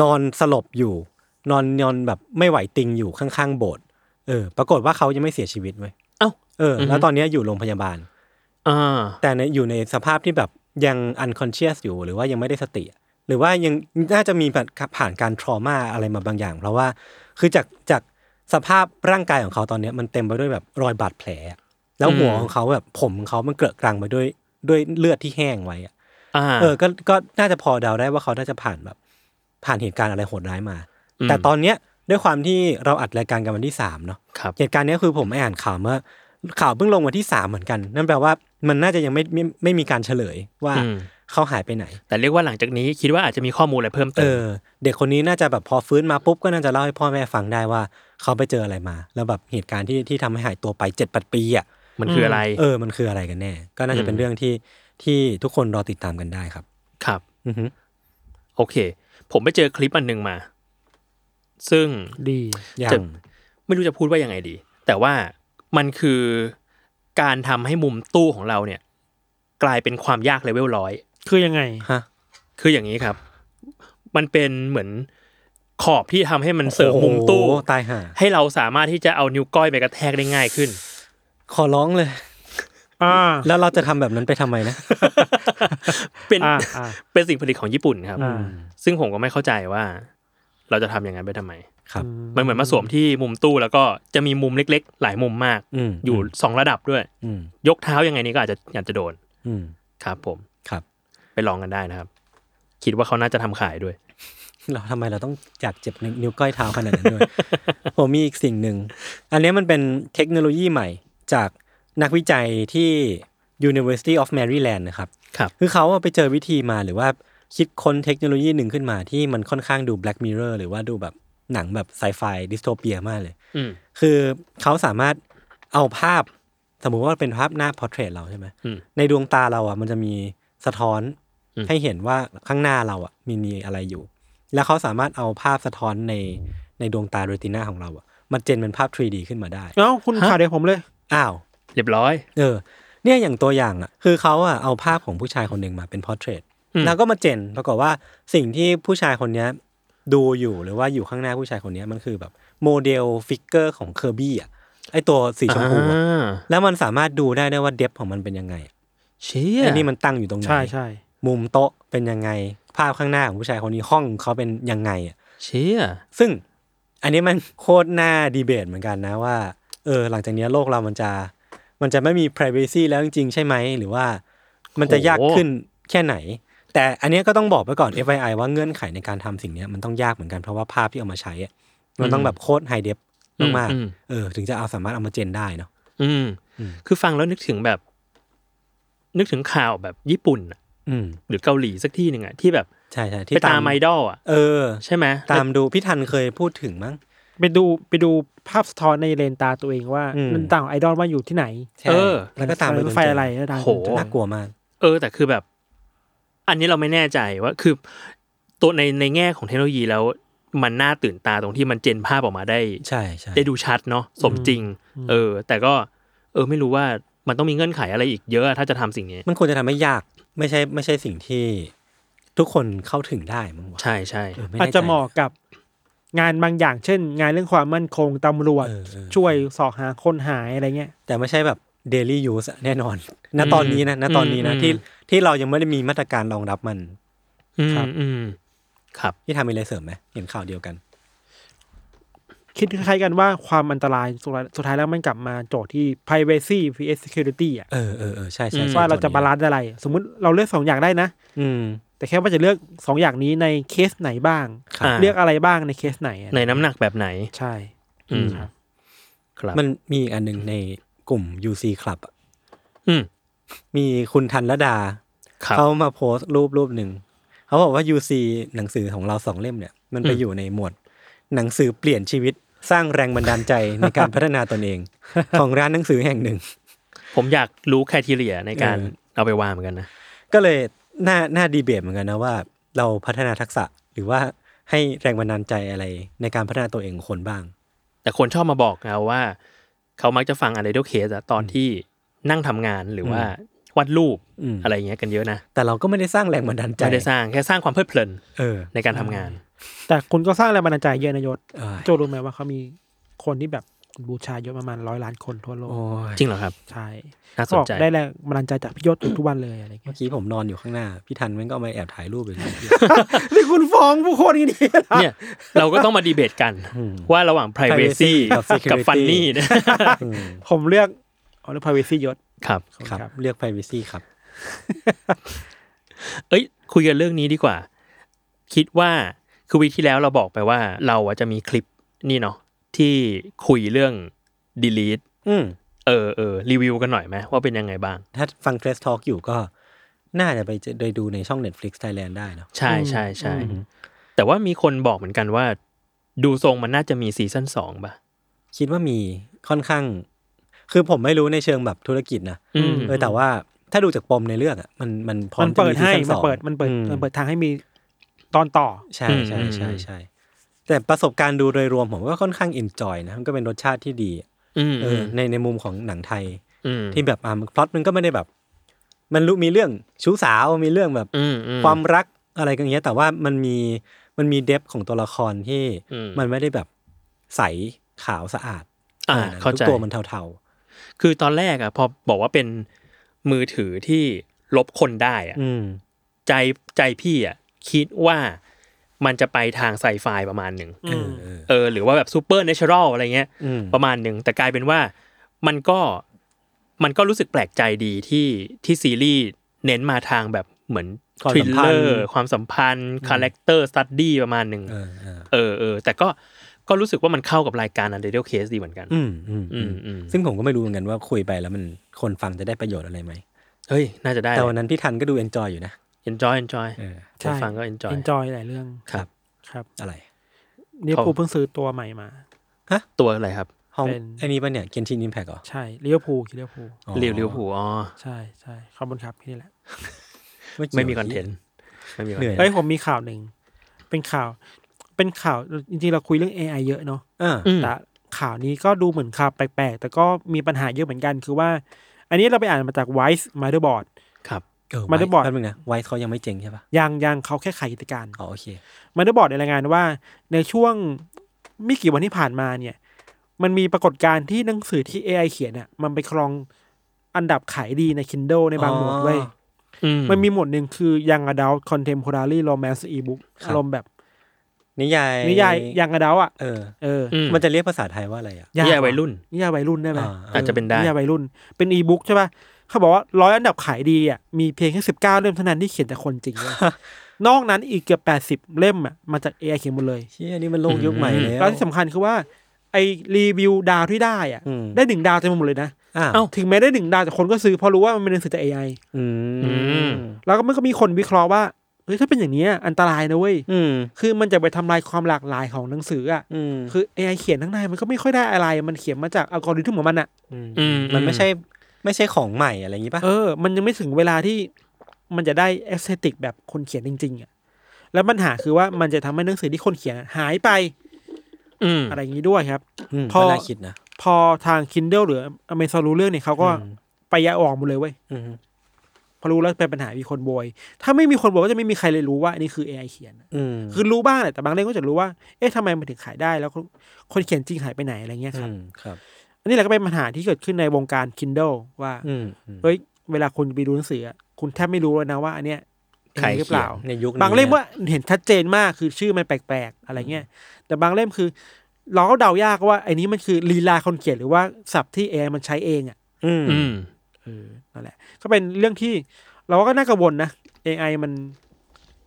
[SPEAKER 2] นอนสลบอยู่ นอนนอนแบบไม่ไหวติงอยู่ข้างๆโบสถ์เออ ปรากฏว่าเขายังไม่เสียชีวิตเว้ย
[SPEAKER 4] เอ้า
[SPEAKER 2] เออ แล้วตอนเนี้ยอยู่โรงพยาบาล
[SPEAKER 4] อ่า
[SPEAKER 2] แต่ในอยู่ในสภาพที่แบบยัง unconscious อยู่หรือว่ายังไม่ได้สติอะหรือว่ายังน่าจะมีแบบผ่านการทรมาอะไรมาบางอย่าง เพราะว่าคือจากจากสภาพร่างกายของเขาตอนเนี้ยมันเต็มไปด้วยแบบรอยบาดแผลอะแล้วหัว
[SPEAKER 4] อืม
[SPEAKER 2] ของเขาแบบผมของเขามันเกลอะกรังไปด้วยด้วยเลือดที่แห้งไว้อะ
[SPEAKER 4] อ่า
[SPEAKER 2] เออก็ก็น่าจะพอเดาได้ว่าเขาน่าจะผ่านแบบผ่านเหตุการณ์อะไรโหดร้ายมา
[SPEAKER 4] ม
[SPEAKER 2] แต่ตอนเนี้ยด้วยความที่เราอัดรายการกันวันที่สามเนาะ
[SPEAKER 4] ครับ
[SPEAKER 2] เหตุการณ์เนี้ยคือผมอ่านข่าวเมื่อข่าวเพิ่งลงวันที่สามเหมือนกัน นั่นแปลว่ามันน่าจะยังไม่ไม่ไม่มีการเฉลยว่า
[SPEAKER 4] อืม
[SPEAKER 2] เขาหายไปไหน
[SPEAKER 4] แต่เรียกว่าหลังจากนี้คิดว่าอาจจะมีข้อมูลอะไรเพิ่ม
[SPEAKER 2] เอ
[SPEAKER 4] เติม
[SPEAKER 2] อ เด็กคนนี้น่าจะแบบพอฟื้นมาปุ๊บก็น่าจะเล่าให้พ่อแม่ฟังได้ว่า เขาไปเจออะไรมา แล้วแบบเหตุการณ์ที่ที่ทำให้หายตัวไปเจ็ดแปดปีอ่ะ
[SPEAKER 4] มันคืออะไร
[SPEAKER 2] เออมันคืออะไรกันแน่ ก็น่า
[SPEAKER 4] อื
[SPEAKER 2] จะ
[SPEAKER 4] ม
[SPEAKER 2] เป็นเรื่องที่ที่ทุกคนรอติดตามกันได้ครับ
[SPEAKER 4] ครับ
[SPEAKER 2] อือฮึ
[SPEAKER 4] โอเค ผมไปเจอคลิปอันหนึ่งมา ซึ่ง
[SPEAKER 3] ดี
[SPEAKER 2] ยั
[SPEAKER 4] จะ
[SPEAKER 2] ง
[SPEAKER 4] ไม่รู้จะพูดว่ายังไงดี แต่ว่ามันคือการทำให้มุมตู้ของเราเนี่ย กลายเป็นความยากเลเวลร้อย
[SPEAKER 3] คือยังไง
[SPEAKER 2] ฮะ
[SPEAKER 4] คืออย่างนี้ครับ มันเป็นเหมือนขอบที่ทำให้มันเสริมมุมตู้
[SPEAKER 2] โอ้โหตายห่า
[SPEAKER 4] ให้เราสามารถที่จะเอานิ้วก้อยไปกระแทกได้ง่ายขึ้น
[SPEAKER 2] ขอร้องเลย
[SPEAKER 3] อ่า
[SPEAKER 2] แล้วเราจะทำแบบนั้นไปทำไมนะ
[SPEAKER 4] เป็น
[SPEAKER 3] อ่าอ่า
[SPEAKER 4] เป็นสิ่งผลิตของญี่ปุ่นครับ
[SPEAKER 3] อ่า
[SPEAKER 4] ซึ่งผมก็ไม่เข้าใจว่า เราจะทำอย่างนั้นไปทำไม
[SPEAKER 2] ครับ
[SPEAKER 4] มันเหมือนมาสวมที่มุมตู้แล้วก็จะมีมุมเล็ก ๆ หลายมุมมาก
[SPEAKER 2] อืม
[SPEAKER 4] อยู่สองระดับด้วย
[SPEAKER 2] อืม
[SPEAKER 4] ยกเท้ายังไงนี่ก็อาจจะอาจจะโดน
[SPEAKER 2] อืม
[SPEAKER 4] ครับ ผม
[SPEAKER 2] ครับ
[SPEAKER 4] ไปลองกันได้นะครับ คิดว่าเขาน่าจะทำขายด้วย
[SPEAKER 2] เราทำไมเราต้องอยากเจ็บนิ้วนิ้วก้อยเท้าขนาดนั้น ด้วย ผมมีอีกสิ่งหนึ่ง อันนี้มันเป็นเทคโนโลยีใหม่จากนักวิจัยที่ University of Maryland นะครับ
[SPEAKER 4] ครับ
[SPEAKER 2] คือเขาอะไปเจอวิธีมาหรือว่าคิดค้นเทคโนโลยีหนึ่งขึ้นมาที่มันค่อนข้างดู Black Mirror หรือว่าดูแบบหนังแบบไซไฟดิสโทเปียมากเลย
[SPEAKER 4] อืม
[SPEAKER 2] คือเขาสามารถเอาภาพ สมมุติว่าเป็นภาพหน้าพอร์เทรตเราใช่ไหม
[SPEAKER 4] อืม
[SPEAKER 2] ในดวงตาเราอ่ะมันจะมีสะท้อน
[SPEAKER 4] อืม
[SPEAKER 2] ให้เห็นว่าข้างหน้าเราอ่ะมีมีอะไรอยู่ แล้วเขาสามารถเอาภาพสะท้อนในในดวงตาเรติน่าของเราอ่ะมันเจนเป็นภาพ 3D ขึ้นมาได้
[SPEAKER 3] เอ้าคุณ
[SPEAKER 4] ฮะ
[SPEAKER 3] ข่าวเดียวผมเลย
[SPEAKER 2] อ้าว
[SPEAKER 4] เรียบร้อย
[SPEAKER 2] เออ เนี่ยอย่างตัวอย่างอ่ะ คือเขาอ่ะเอาภาพของผู้ชายคนหนึ่งมาเป็นพอร์เทรต
[SPEAKER 4] อืม
[SPEAKER 2] แล้วก็มาเจนปรากฏว่าสิ่งที่ผู้ชายคนเนี้ยดูอยู่หรือว่าอยู่ข้างหน้าผู้ชายคนเนี้ยมันคือแบบโมเดลฟิกเกอร์ของเคอร์บี้อ่ะไอตัวสีชมพูอะ
[SPEAKER 4] อ่า
[SPEAKER 2] แล้วมันสามารถดูได้ด้วยว่าเดฟของมันเป็นยังไงอะ
[SPEAKER 4] เชี่ย
[SPEAKER 2] ไอนี่มันตั้งอยู่ตรงไหน
[SPEAKER 3] ใช่ใช่
[SPEAKER 2] มุมโต๊ะเป็นยังไง ภาพข้างหน้าของผู้ชายคนนี้ห้องเขาเป็นยังไงอะ
[SPEAKER 4] เชี่ย
[SPEAKER 2] ซึ่งอันนี้มันโคตรหน้าดีเบตเหมือนกันนะว่า เออ หลังจากเนี้ยโลกเรามันจะ มันจะไม่มี p r i เวซีแล้วจริงๆ ใช่ไหม หรือว่ามันจะยากขึ้นแค่ไหน แต่อันเนี้ยก็ต้องบอกไปก่อน FII ว่าเงื่อนไขในการทำสิ่งเนี้ยมันต้องยากเหมือนกันเพราะว่าภาพที่เอามาใช้อะมันต้องแบบโคตรไฮเดฟมาก
[SPEAKER 4] อืม
[SPEAKER 2] ๆเออ ถึงจะเอาสามารถเอามาเจนได้เนาะ
[SPEAKER 4] อืม
[SPEAKER 2] อืม
[SPEAKER 4] คือฟังแล้วนึกถึงแบบ นึกถึงข่าวแบบญี่ปุ่นอะ
[SPEAKER 2] อืม
[SPEAKER 4] หรือเกาหลีสักที่หนึ่งอะที่แบบ
[SPEAKER 2] ใช่ใช่ๆที่
[SPEAKER 4] ไปตามไอดอลอะ
[SPEAKER 2] เออ
[SPEAKER 4] ใช่ไหม
[SPEAKER 2] ตามดูพี่ทันเคยพูดถึงมั้ง
[SPEAKER 3] ไปดูไปดูภาพสะท้อนในเลนตาตัวเองว่า
[SPEAKER 2] อืม
[SPEAKER 3] มันต่างไอดอลว่าอยู่ที่ไหน
[SPEAKER 4] เออ
[SPEAKER 2] แล้วก็ตามไป
[SPEAKER 3] ร
[SPEAKER 2] จ
[SPEAKER 3] ถ
[SPEAKER 2] น
[SPEAKER 3] ไฟ
[SPEAKER 2] เจอ
[SPEAKER 3] อะไรแล้วดัง
[SPEAKER 4] โห
[SPEAKER 3] จน
[SPEAKER 2] น่ากลัวมาก
[SPEAKER 4] เออแต่คือแบบ อันนี้เราไม่แน่ใจว่าคือ ตัวในในแง่ของเทคโนโลยีแล้ว มันน่าตื่นตาตรงที่มันเจนภาพออกมาได้
[SPEAKER 2] ใช่ใช่
[SPEAKER 4] ได้ดูชัดเนาะสมจริง เออ แต่ก็ เออไม่รู้ว่ามันต้องมีเงื่อนไขอะไรอีกเยอะอะถ้าจะทำสิ่งนี้
[SPEAKER 2] มันควรจะทำให้ยากไม่ใช่ไม่ใช่สิ่งที่ทุกคนเข้าถึงได้มั้งวะ
[SPEAKER 4] ใช่ใช่
[SPEAKER 2] เออไม่
[SPEAKER 3] อาจ
[SPEAKER 2] แน่ใ
[SPEAKER 3] จะเหมาะกับงานบางอย่าง เช่น งานเรื่องความมั่นคงตำรวจ
[SPEAKER 2] เออเออ
[SPEAKER 3] ช่วยสอบหาคนหายอะไรเงี้ย
[SPEAKER 2] แต่ไม่ใช่แบบ daily use อะแน่นอน ณ ตอนนี้นะ ณ ตอนนี้นะที่ที่เรายังไม่ได้มีมาตรการรองรับมัน
[SPEAKER 4] อืม
[SPEAKER 3] ครับ
[SPEAKER 4] อืมครับ
[SPEAKER 2] ที่ทำมีอะไรเสริมไหมเห็นข่าวเดียวกัน
[SPEAKER 3] คิดคล้ายๆกันว่าความอันตรายสุดท้ายสุดท้ายแล้วมันกลับมาโจทย์ที่ privacy vs security อ่ะ
[SPEAKER 2] เออเออเออใช่ใช่
[SPEAKER 4] อืม
[SPEAKER 2] ใช่
[SPEAKER 3] ว่าเราจะบาลานซ์อะไร สมมุติเราเลือกสองอย่างได้นะ
[SPEAKER 2] อืม
[SPEAKER 3] แต่แค่ว่าจะเลือกสองอย่างนี้ในเคสไหนบ้าง
[SPEAKER 2] ครับ
[SPEAKER 4] อ่า
[SPEAKER 3] เลือกอะไรบ้างในเคสไหนอะ
[SPEAKER 4] ในน้ำหนักแบบไหน
[SPEAKER 3] ใช่
[SPEAKER 4] อืม
[SPEAKER 3] ครับ
[SPEAKER 4] ครับ
[SPEAKER 2] มันมีอีกอันหนึ่งในกลุ่ม UC Club อะ
[SPEAKER 4] อืม
[SPEAKER 2] มีคุณทันรดา
[SPEAKER 4] ครับ
[SPEAKER 2] เขามาโพสต์รูปรูปหนึ่ง เขาบอกว่า UC หนังสือของเราสองเล่มเนี่ย มันไป
[SPEAKER 4] อืม
[SPEAKER 2] อยู่ในหมวด หนังสือเปลี่ยนชีวิตสร้างแรงบันดาลใจ ในการพัฒนาตนเอง ของร้านหนังสือแห่งหนึ่ง
[SPEAKER 4] ผมอยากรู้แคทีเรียในการ
[SPEAKER 2] เออ
[SPEAKER 4] เอาไปวางเหมือนกันนะ
[SPEAKER 2] ก็เลยน่าน่าดีเบตเหมือนกันนะว่า เราพัฒนาทักษะหรือว่าให้แรงบันดาลใจอะไรในการพัฒนาตัวเองของคนบ้าง
[SPEAKER 4] แต่คนชอบมาบอกนะว่า เขามักจะฟังอะไรเดลเคสอะตอนที่นั่งทำงานหรือว่าวาดรูป
[SPEAKER 2] อืม
[SPEAKER 4] อะไรอย่างเงี้ยกันเยอะนะ
[SPEAKER 2] แต่เราก็ไม่ได้สร้างแรงบันดาลใจ
[SPEAKER 4] ไม่ได้สร้างแค่สร้างความเพลิดเพลิน
[SPEAKER 2] เออ
[SPEAKER 4] ในการทำงาน
[SPEAKER 3] แต่คุณก็สร้างแรงบันดาลใจเยอะนายศ
[SPEAKER 2] เอ้ย
[SPEAKER 3] โจรู้ไหมว่าเขามีคนที่แบบบูชาเยอะประมาณร้อยล้านคนทั่วโลก
[SPEAKER 2] โอ้ย
[SPEAKER 4] จริงเหรอครับ
[SPEAKER 3] ใช่
[SPEAKER 4] น่าส
[SPEAKER 3] เขาบ
[SPEAKER 4] น
[SPEAKER 3] อก
[SPEAKER 4] ใจ
[SPEAKER 3] ได้แรงบันดาลใจจากพี่ยศอยู่ทุกวันเลยอะไรเงี้
[SPEAKER 2] เมื่อย กี้ผมนอนอยู่ข้างหน้า พี่ทันมันก็เอามาแอบถ่ายรูปเลย
[SPEAKER 3] นี่คุณฟ้องผู้คนนี่ดี
[SPEAKER 4] เนี่ย เราก็ต้องมาดีเบตกัน
[SPEAKER 2] อืม
[SPEAKER 4] ว่าระหว่าง privacy
[SPEAKER 2] privacy กับ security
[SPEAKER 4] กับ funny เนี่ย
[SPEAKER 3] ผมเลือกเอาเรื่อง privacy ยศ
[SPEAKER 4] ครับ
[SPEAKER 3] ขอณ
[SPEAKER 2] ครับ เลือก privacy ครับ
[SPEAKER 4] เอ้ย คุยกันเรื่องนี้ดีกว่า คิดว่าคือวีคที่แล้วเราบอกไปว่า เราอะจะมีคลิปนี่เนาะที่คุยเรื่อง delete
[SPEAKER 2] อืม
[SPEAKER 4] เออเออรีวิวกันหน่อยไหมว่าเป็นยังไงบ้าง
[SPEAKER 2] ถ้าฟัง t r e s s Talk อยู่ก็ น่าจะไปเจอไปดูในช่อง Netflix Thailand ได้เนาะ
[SPEAKER 4] ใช่ใช่ใช่แต่ว่ามีคนบอกเหมือนกันว่า ดูทรงมันน่าจะมีซีซั่นสองป่ะ
[SPEAKER 2] คิดว่ามีค่อนข้าง คือผมไม่รู้ในเชิงแบบธุรกิจนะ
[SPEAKER 4] อืม
[SPEAKER 2] เออแต่ว่าถ้าดูจากปมในเรื่องอะมันมันพร้อ
[SPEAKER 3] มั
[SPEAKER 2] ม
[SPEAKER 3] นเปิดให้
[SPEAKER 2] จะซี
[SPEAKER 3] มัน
[SPEAKER 2] ซั่สอง
[SPEAKER 3] เปิด มันเปิด
[SPEAKER 2] อื
[SPEAKER 3] มันเปิดทางให้มีตอนต่อ
[SPEAKER 2] ใช่
[SPEAKER 4] อืม
[SPEAKER 2] ใช่ใช่
[SPEAKER 4] อืม
[SPEAKER 2] ใช่ แต่ประสบการณ์ดูโดยรวมผมก็ค่อนข้างอินจอยนะมันก็เป็นรสชาติที่ดี
[SPEAKER 4] อืม
[SPEAKER 2] เออในในมุมของหนังไทย
[SPEAKER 4] อืม
[SPEAKER 2] ที่แบบอ่าพล็อตมันก็ไม่ได้แบบ มันรู้มีเรื่องชู้สาวมีเรื่องแบบ
[SPEAKER 4] อืมอื
[SPEAKER 2] ความรักอะไรกันอย่างเงี้ย แต่ว่ามันมีมันมีเดฟของตัวละครที่
[SPEAKER 4] อืม
[SPEAKER 2] มันไม่ได้แบบใสขาวสะอาด
[SPEAKER 4] อ่า
[SPEAKER 2] ขนดนั้น
[SPEAKER 4] เข้าใจ
[SPEAKER 2] ทุกตัวมันเทา
[SPEAKER 4] คือตอนแรกอะพอบอกว่าเป็นมือถือที่ลบคนได้อะ
[SPEAKER 2] ๆ อืม
[SPEAKER 4] ใจใจพี่อ่ะคิดว่ามันจะไปทางไซไฟประมาณหนึ่ง
[SPEAKER 3] อืม
[SPEAKER 2] เออ
[SPEAKER 4] เออหรือว่าแบบซูเปอร์เนเชอรัลอะไรเงี้ย
[SPEAKER 2] อืม
[SPEAKER 4] ประมาณหนึ่งแต่กลายเป็นว่ามันก็มันก็รู้สึกแปลกใจดีที่ที่ซีรีส์เน้นมาทางแบบเหมือน
[SPEAKER 2] ความ
[SPEAKER 4] ทริ
[SPEAKER 2] สั
[SPEAKER 4] ล
[SPEAKER 2] มพั
[SPEAKER 4] เล
[SPEAKER 2] น
[SPEAKER 4] อ
[SPEAKER 2] ธ์
[SPEAKER 4] ร์ความสัมพันธ์คาแรคเตอร์สตัดดี้ประมาณหนึ่ง
[SPEAKER 2] เออเอ
[SPEAKER 4] เอ
[SPEAKER 2] อ
[SPEAKER 4] อเออแต่ก็ก็รู้สึกว่ามันเข้ากับรายการอันเดอร์เคสดีเหมือนกัน
[SPEAKER 2] อืมอืม
[SPEAKER 4] อื
[SPEAKER 2] อื
[SPEAKER 4] ม
[SPEAKER 2] ม
[SPEAKER 4] อืม
[SPEAKER 2] ซึ่งผมก็ไม่รู้เหมือนกันว่าคุยไปแล้วมันคนฟังจะได้ประโยชน์อะไรไหม
[SPEAKER 4] เฮ้ย น่าจะได้
[SPEAKER 2] แต่วันนั้นพี่ทันก็ดูเอนจอยอยู่นะ
[SPEAKER 4] เอนจอยเอนจอย
[SPEAKER 2] เออ
[SPEAKER 3] ใช่
[SPEAKER 4] ฟังก็เอนจอย
[SPEAKER 3] เอนจอยหลายเรื่อง
[SPEAKER 4] ครับ
[SPEAKER 3] ครับ
[SPEAKER 2] อะไร
[SPEAKER 3] นี่
[SPEAKER 4] เขา
[SPEAKER 3] กูลเพิ่งซื้อตัวใหม่มา
[SPEAKER 4] ตัวอะไรครับ
[SPEAKER 2] ห้อง
[SPEAKER 3] เป็น
[SPEAKER 2] ไอ้นี้ปะเนี่ยเคนชินอิมแพกเหรอ
[SPEAKER 3] ใช่เลี้ยวภูเลี้ยวภูล
[SPEAKER 4] เรียวเรียวผูอ๋อ
[SPEAKER 3] ใช่ใช่ขอบคุณครับนี่แหละ
[SPEAKER 2] ยว
[SPEAKER 4] ไม่มีคอนเทนต์ไม่มีคอน
[SPEAKER 2] เห
[SPEAKER 4] เท
[SPEAKER 2] นื่อน ย
[SPEAKER 4] ต์
[SPEAKER 3] เฮ้ย ผมมีข่าวหนึ่ง เป็นข่าว เป็นข่าว จริงๆ เราคุยเรื่อง AI เยอะเนาะ
[SPEAKER 2] อ่า
[SPEAKER 4] อืม
[SPEAKER 3] แต่ข่าวนี้ก็ดูเหมือนข่าวแปลกๆ แต่ก็มีปัญหาเยอะเหมือนกัน คือว่า อันนี้เราไปอ่านมาจาก Wise Motherboard
[SPEAKER 4] ครับ
[SPEAKER 2] เออ
[SPEAKER 3] มาด้วยบอร์ด
[SPEAKER 2] แป๊บนึงนะไวท์เขายังไม่เจ๋งใช่ปะ
[SPEAKER 3] ยังยังเขาแค่ขายกิจการ
[SPEAKER 2] อ๋อโอเค
[SPEAKER 3] มันได้บอกในรายงานว่าในช่วงไม่กี่วันที่ผ่านมาเนี่ย มันมีปรากฏการณ์ที่หนังสือที่ AI เขียนอ่ะมันไปครองอันดับขายดีใน Kindle ในบาง
[SPEAKER 2] อ๋อ
[SPEAKER 3] หมวดเว้ย
[SPEAKER 4] อืม
[SPEAKER 3] มันมีหมวดหนึ่งคือ Young Adult Contemporary Romance Ebook
[SPEAKER 2] ครับ
[SPEAKER 3] อารมณ์แบบ
[SPEAKER 2] นิยาย
[SPEAKER 3] นิยาย Young Adult อ่ะ
[SPEAKER 2] เออ
[SPEAKER 3] เออ
[SPEAKER 4] อื
[SPEAKER 2] มันจะเรียกภาษาไทยว่าอะไรอ่ะ
[SPEAKER 3] ก
[SPEAKER 4] นิยายวัยรุ่น
[SPEAKER 3] นิยายวัยรุ่นได้ไหม
[SPEAKER 2] อ่า
[SPEAKER 4] อาจจะเป็นได้
[SPEAKER 3] นิยายวัยรุ่น เป็น e-book ใช่ป่ะเขาบอกว่าร้อยอันดับขายดีอ่ะมีเพียงแค่สิบเก้าเล่มเท่านั้นที่เขียนจากคนจริงเว้ยนอกนั้นอีกเกือบแปดสิบ80 เล่มอ่ะมาจาก AI เขียนหมดเลย
[SPEAKER 2] เชี่ยนี่มันโลกยุคใหม่แล้ว
[SPEAKER 3] แล้วที่สำคัญคือว่า ไอรีวิวดาวที่ได้อะ
[SPEAKER 2] อืม
[SPEAKER 3] ได้หนึ่งดาวเต็มไปหมดเลยนะ
[SPEAKER 2] อ้าว
[SPEAKER 4] เอ้า
[SPEAKER 3] ถึงแม้ได้หนึ่งดาวแต่คนก็ซื้อเพราะรู้ว่ามันเป็นหนังสือจาก AI
[SPEAKER 2] อื
[SPEAKER 4] อืม
[SPEAKER 2] ม
[SPEAKER 3] แล้วก็มันก็มีคนวิเคราะห์ว่าเฮ้ยถ้าเป็นอย่างเนี้ยอันตรายนะเว้ย
[SPEAKER 2] อืม
[SPEAKER 3] คือมันจะไปทำลายความหลากหลายของหนังสืออ่ะ
[SPEAKER 2] อืม
[SPEAKER 3] คือ AI เขียนข้างในมันก็ไม่ค่อยได้อะไร มันเขียนมาจากอัลกอริทึมของมันอ่ะ
[SPEAKER 4] อืม
[SPEAKER 2] มันไม่ใช่ไม่ใช่ของใหม่อะไรอย่างงี้ปะ
[SPEAKER 3] เออมันยังไม่ถึงเวลาที่มันจะได้เอสเตติกแบบคนเขียนจริงๆอ่ะแล้วปัญหาคือว่ามันจะทำให้หนังสือที่คนเขียนอะหายไป
[SPEAKER 4] อืม
[SPEAKER 3] อะไรอย่างนี้ด้วยครับ
[SPEAKER 2] ม
[SPEAKER 3] พอ
[SPEAKER 2] ก็น่าคิดนะ
[SPEAKER 3] พอทาง Kindle หรือ Amazon รู้เรื่องเนี่ยเขาก็ไปยะออกหมดเลยเว้ย
[SPEAKER 2] อืม
[SPEAKER 3] พอรู้แล้วเป็นปัญหามีคนโบย ถ้าไม่มีคนโบยก็จะไม่มีใครเลยรู้ว่าอันนี้คือ AI เขียน
[SPEAKER 2] อืม
[SPEAKER 3] คือรู้บ้างแหละแต่บางเล่มก็จะรู้ว่า เอ๊ะทำไมมันถึงขายได้ แล้วคนคนเขียนจริงหายไปไหนอะไรเงี้ยครับ
[SPEAKER 2] มครับ
[SPEAKER 3] อันนี้แหละก็เป็นปัญหาที่เกิดขึ้นในวงการ Kindle ว่า
[SPEAKER 2] อืมอืม
[SPEAKER 3] เฮ้ย เวลาคุณไปดูหนังสืออะคุณแทบไม่รู้เลยนะว่าอันเนี้ย AI
[SPEAKER 2] ใคร
[SPEAKER 3] ห
[SPEAKER 2] เขี
[SPEAKER 3] รื
[SPEAKER 2] ยน
[SPEAKER 3] เปล่า
[SPEAKER 2] ในยุคนี้
[SPEAKER 3] บางเล่มว่าเห็นชัดเจนมากคือชื่อมันแปลกๆอะไรเงี้ย แต่บางเล่มคือ เราก็เดายากว่าไอ้นี้มันคือลีลาคนเขียนหรือว่าศัพท์ที่ AI มันใช้เองอะ
[SPEAKER 2] อืม
[SPEAKER 4] อืม
[SPEAKER 3] เออนั่นแหละ ก็เป็นเรื่องที่เราก็น่ากังวลนะ AI มัน